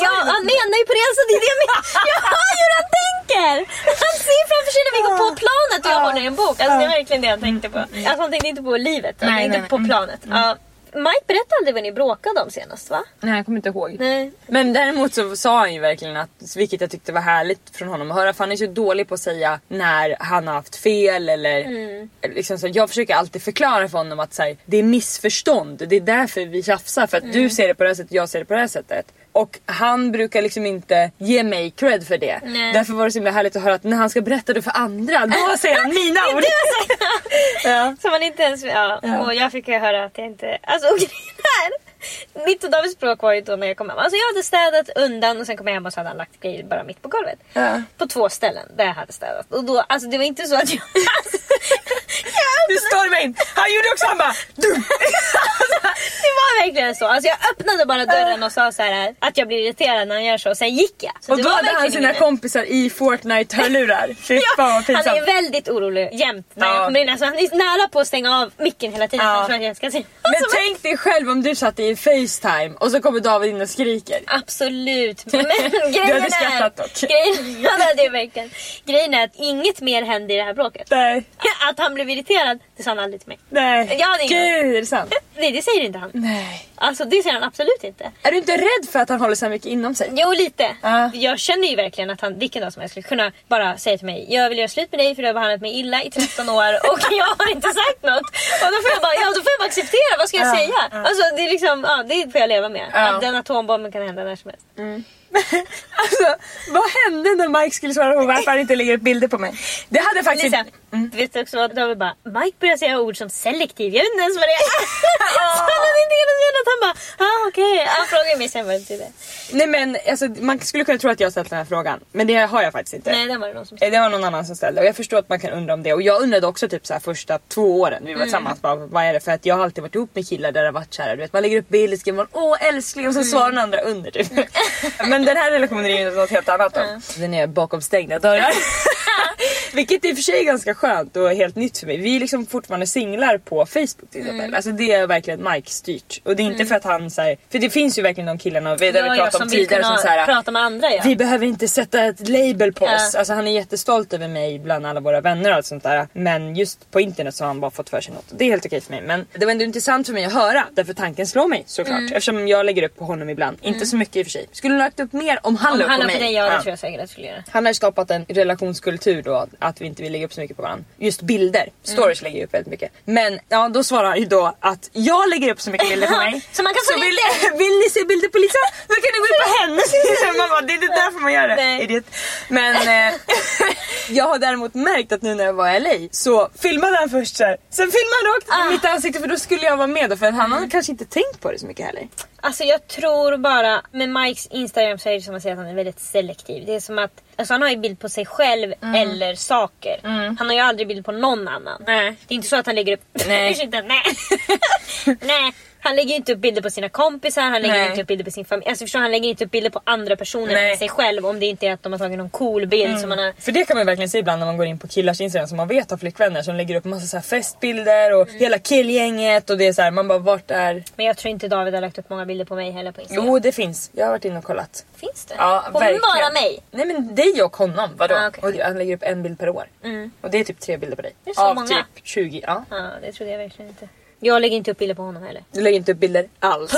Ja, han menar ju på det. Alltså, det är det jag menar. Jag hör ju hur han tänker. Han ser framför sig när vi går på planet och jag håller i en bok. Alltså, det är verkligen det han tänkte på. Alltså, han tänkte inte på livet, han
Nej,
tänkte
nej,
på planet. Ja. Mike berättade aldrig vad ni bråkade om senast va?
Nej jag kommer inte ihåg.
Nej.
Men däremot så sa han ju verkligen att, vilket jag tyckte var härligt från honom att höra, för han är så dålig på att säga när han har haft fel eller
Mm.
liksom så, jag försöker alltid förklara för honom att så här, det är missförstånd, det är därför vi tjafsar för att
Mm.
du ser det på det här sättet, jag ser det på det här sättet. Och han brukar liksom inte ge mig cred för det.
Nej.
Därför var det så himla härligt att höra att när han ska berätta det för andra, då säger han mina ord. ja.
Som man inte ens... Ja. Och jag fick ju höra att jag inte... Alltså och grejen är... Mitt och Davids bråk var ju då när jag kom hem. Alltså jag hade städat undan och sen kom jag hem och så hade han lagt grejer bara mitt på golvet.
Ja.
På två ställen där jag hade städat. Och då, alltså det var inte så att jag... Alltså,
Du
jag
stormade in! Han gjorde också, han bara... "Dum."
Det var verkligen så. Alltså jag öppnade bara dörren och sa så här att jag blir irriterad när han gör så och sen gick jag. Så
Och
det
då
var
hade han
verkligen
sina
ingen-
kompisar i Fortnite-hörlurar. Fy fan vad pinsamt.
Han är väldigt orolig jämt när
Ja.
jag kommer in. Alltså han är nära på att stänga av micken hela tiden.
Ja.
Han tror att jag ska se.
Men
Alltså,
tänk dig själv om du satt i Facetime och så kommer David in och skriker.
Absolut. Men
Du
grejen
hade
är...
skrattat dock.
Grejen, ja, det hade jag verkligen. grejen är att inget mer hände i det här bråket.
Nej,
Att han blev irriterad, det sa han aldrig till mig.
nej.
Ja, det är ingen-
Gud, är det sant?
Nej, det säger inte han.
Nej.
Alltså det säger han absolut inte.
Är du inte rädd för att han håller så här mycket inom sig?
Jo lite.
Ja.
Jag känner ju verkligen att han vilken dag som helst skulle kunna bara säga till mig Jag vill göra slut med dig för du har behandlat mig illa i 13 år och jag har inte sagt något. Och då får jag bara, ja, då får jag bara acceptera, vad ska jag
Ja,
säga?
ja.
Alltså det är liksom, ja, det får jag leva med.
Ja.
Att den atombomben kan hända när som helst.
Alltså, vad hände när Mike skulle svara på varför han inte lägger upp bilder på mig? Det hade faktiskt... Mm.
Lisa, du vet också vad David bara, Mike börjar säga ord som selektiv, jag vet inte ens vad det är. Så han hade inte kunnat säga något, han bara, ah, okej. Han frågade mig sen vad det betyder.
Nej men alltså, man skulle kunna tro att jag har ställt den här frågan. Men det har jag faktiskt inte.
Nej, den var det någon som sa.
Eh, Det var någon annan som ställde och jag förstår att man kan undra om det. Och jag undrade också typ så här första två åren vi var
Mm.
tillsammans. Bara, vad är det? För att jag har alltid varit ihop med killar där det har varit så här, du vet Man lägger upp bilder och skriver man åh älskling och
Mm.
så svarar den andra under typ. Men den här
Mm.
relationen är ju något helt annat då. Den är bakom stängda dörrar. Vilket i och för sig är ganska skönt och helt nytt för mig. Vi är liksom fortfarande singlar på Facebook till exempel.
Mm.
Alltså det är verkligen Mike styrt. Och det är inte för att han säger För det finns ju verkligen de killarna vi, det har vi pratat om
som vill
tidigare
kunna
som såhär.
prata med andra ja.
Vi behöver inte sätta ett label på
Ja.
oss. Alltså han är jättestolt över mig bland alla våra vänner och allt sånt där. Men just på internet så har han bara fått för sig något. Det är helt okej för mig. Men det var ändå intressant för mig att höra. Därför tanken slår mig såklart.
Mm.
Eftersom jag lägger upp på honom ibland. Inte så mycket i och för sig. Skulle hon lagt upp mer om han
Om
la upp
han
på
har
mig?
på dig, ja det
Ja.
tror jag säkert att jag skulle göra.
Han har skapat en relationskultur då, att vi inte vill lägga upp så mycket på varandra. Just
Mm.
bilder. Stories lägger jag upp väldigt mycket. Men ja, då svarar han ju då att jag lägger upp så mycket bilder på mig.
Så man kan få
vill, vill ni se bilder på Lisa? Då kan ni gå in på hennes Man bara, det är inte därför man gör det.
Nej.
Idiot. Men eh, jag har däremot märkt att nu när jag var i LA så filmade han först så här. Sen filmade han rakt in i mitt ansikte för då skulle jag vara med. Då, för att han har kanske inte tänkt på det så mycket heller.
Alltså jag tror bara, med Mikes Instagram så är det som att säga att han är väldigt selektiv. Det är som att, alltså han har ju bild på sig själv
Mm.
eller saker. Han har ju aldrig bild på någon annan.
Nej.
Det är inte så att han lägger upp...
Nej.
Ursäkta, nej. nej. Han lägger ju inte upp bilder på sina kompisar, han lägger
Nej.
inte upp bilder på sin familj. Alltså förstår, du, han lägger inte upp bilder på andra personer
Nej. Mm.
än sig själv om det inte är att de har tagit någon cool bild som man har...
För det kan man verkligen se ibland när man går in på killars instagram som man vet har flickvänner som lägger upp massa så här festbilder och hela killgänget och det är så här, man bara vart är...
Men jag tror inte David har lagt upp många bilder på mig heller på Instagram.
Jo det finns, jag har varit inne och kollat.
Finns det?
Ja,
på
verkligen.
bara mig?
Nej men dig och honom, vadå?
Ah, okej. Mm.
och han lägger upp en bild per år. Och det är typ tre bilder på dig.
Det är så
Av
många.
typ 20, ja.
Ja, det trodde jag verkligen inte. Jag lägger inte upp bilder på honom heller.
Du lägger inte upp bilder alls.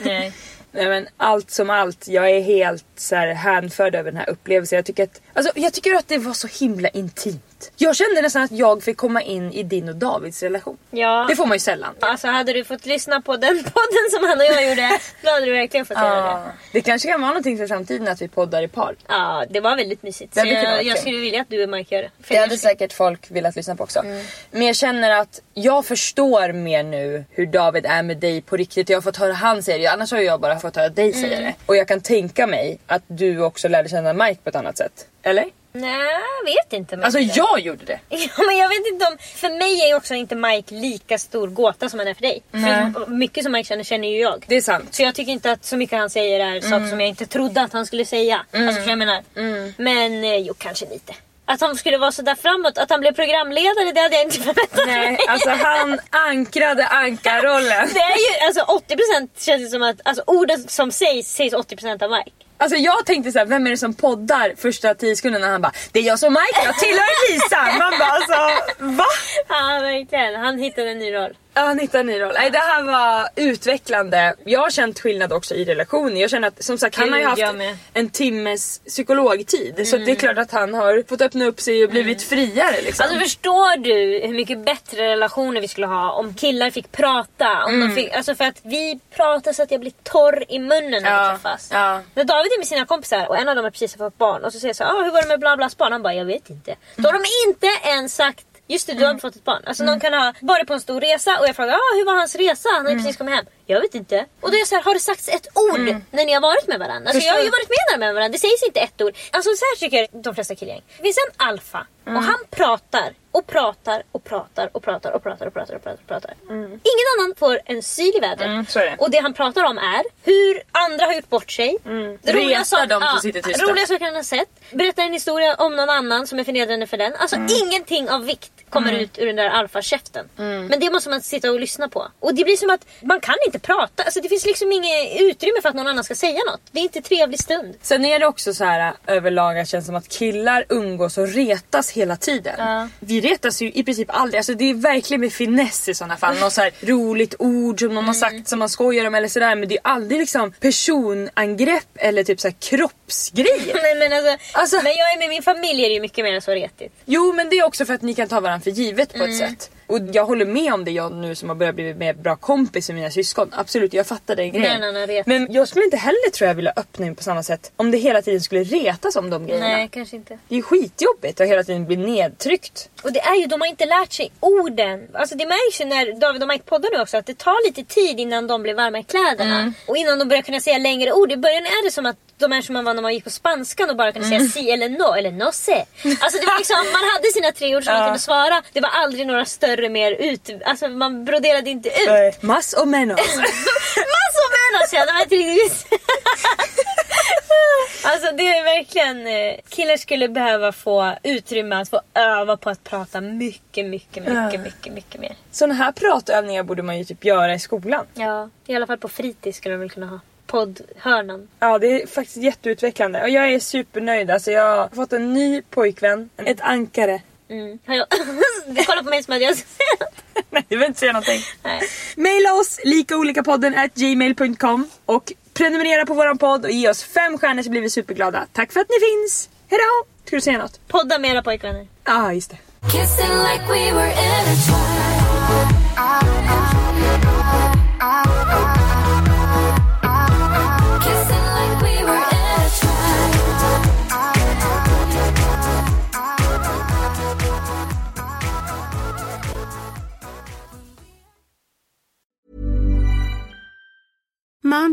Nej.
Nej men allt som allt, jag är helt så här hänförd över den här upplevelsen. Jag tycker, att, alltså, jag tycker att det var så himla intimt. Jag kände nästan att jag fick komma in i din och Davids relation.
Ja.
Det får man ju sällan.
Alltså hade du fått lyssna på den podden som han och jag gjorde, då hade du verkligen fått göra det.
Det kanske kan vara någonting för framtiden att vi poddar i par.
Ja, det var väldigt mysigt.
Det
Så
hade kunnat vara
jag, jag
kul.
skulle vilja att du och Mike gör det. För
Det
jag
hade säkert folk velat lyssna på också. Men jag känner att jag förstår mer nu hur David är med dig på riktigt. Jag har fått höra han säga det, annars har jag bara fått höra dig säga det. Och jag kan tänka mig att du också lärde känna Mike på ett annat sätt. Eller?
Nej, jag vet inte. Men
Alltså jag gjorde det!
Ja, men jag vet inte om... För mig är också inte Mike lika stor gåta som han är för dig. För mycket som Mike känner, känner ju jag.
Det Mm. är sant.
Så jag tycker inte att så mycket han säger är saker som jag inte trodde att han skulle säga.
Mm.
Alltså för jag menar. Men eh, jo, kanske lite. Att han skulle vara sådär framåt, att han blev programledare det hade jag inte förväntat
Nej,
mig.
alltså han ankrade ankarrollen.
Det är ju alltså 80% känns det som att alltså, orden som sägs sägs 80% av Mike.
Alltså jag tänkte såhär, vem är det som poddar första tio sekunderna? Han bara, det är jag som Mike, jag tillhör Lisa! Man bara alltså, va?
Ja verkligen, han hittade en ny roll.
Ja, han hittar en ny roll. Nej, det här var utvecklande. Jag har känt skillnad också i relationer. Jag känner att som sagt han har ju
Gud, jag
haft
med. Mm.
en timmes psykologtid. Så att det är klart att han har fått öppna upp sig och blivit friare liksom.
Alltså förstår du hur mycket bättre relationer vi skulle ha om killar fick prata? Om
Mm.
de fick, alltså för att vi pratar så att jag blir torr i munnen när
Ja,
vi träffas.
ja.
När David är med sina kompisar och en av dem har precis fått barn och så säger jag så här, ah, hur var det med bla blas barn? Han bara, jag vet inte. Då har de inte ens sagt Just det, du har inte fått ett barn. Alltså någon kan ha varit på en stor resa och jag frågar ah, hur var hans resa? Han har precis kommit hem. Jag vet inte. Och då är jag så här, har det sagts ett ord när ni har varit med varandra? Alltså, jag har ju varit med med varandra, det sägs inte ett ord. Alltså så här tycker de flesta killgäng. Det finns en alfa och han pratar och pratar och pratar och pratar och pratar och pratar och pratar. Och pratar. Ingen annan får en syl i vädret.
Mm, så är det.
Och det han pratar om är hur andra har gjort bort sig. Det roliga
Mm. Retar
som-
dem som
ja,
sitter tysta.
Roliga saker han har sett. Berättar en historia om någon annan som är förnedrande för den. Alltså
Mm.
ingenting av vikt kommer ut ur den där alfakäften.
Mm.
Men det måste man sitta och lyssna på. Och det blir som att man kan inte prata. Alltså det finns liksom inget utrymme för att någon annan ska säga något. Det är inte trevlig stund.
Sen är det också så här överlag att det känns som att killar umgås och retas hela tiden. Vi retas ju i princip aldrig. Alltså det är verkligen med finess i sådana fall. Något så här roligt ord som någon har
Mm.
sagt som man skojar om eller sådär. Men det är aldrig liksom personangrepp eller typ så här kroppsgrejer.
Nej, men, alltså,
Alltså-
men jag är med min familj är det ju mycket mer så retigt.
Jo men det är också för att ni kan ta varandra för givet på
Mm.
ett sätt. Och jag håller med om det jag nu som har börjat bli mer bra kompis med mina syskon. Absolut jag fattar den grejen.
Nej, nej, nej, ret-
men jag skulle inte heller tror jag vilja öppna in på samma sätt om det hela tiden skulle retas om de grejerna.
Nej, kanske inte.
Det är skitjobbigt att hela tiden bli nedtryckt.
Och det är ju, de har inte lärt sig orden. Alltså det märks ju när David och Mike poddar nu också att det tar lite tid innan de blir varma i kläderna. Och innan de börjar kunna säga längre ord. I början är det som att de är som man var när man gick på spanskan och bara kunde säga si eller no eller no se. Alltså det var liksom, man hade sina tre ord som man kunde svara. Det var aldrig några större mer ut, alltså man broderade inte ut.
Mas och menos.
Massor med oss ja, de här tre Alltså det är verkligen... eh, Killar skulle behöva få utrymme att få öva på att prata mycket, mycket, mycket, mycket, mycket mer.
Sådana här pratövningar borde man ju typ göra i skolan.
Ja, i alla fall på fritids skulle de väl kunna ha. Poddhörnan.
Ja, det är faktiskt jätteutvecklande och jag är supernöjd. Alltså jag har fått en ny pojkvän. Ett ankare.
Mm. Har jag... Du kollar på mig som att jag...
Nej, jag vill inte säga någonting.
Nej.
Maila oss likaolikapodden at gmail.com och prenumerera på våran podd och ge oss fem stjärnor så blir vi superglada. Tack för att ni finns! Hejdå! Ska du säga något?
Podda med era pojkvänner.
Ja, ah, just det.
Kissing like we were intertwined. Kissing like we were intertwined.
Mom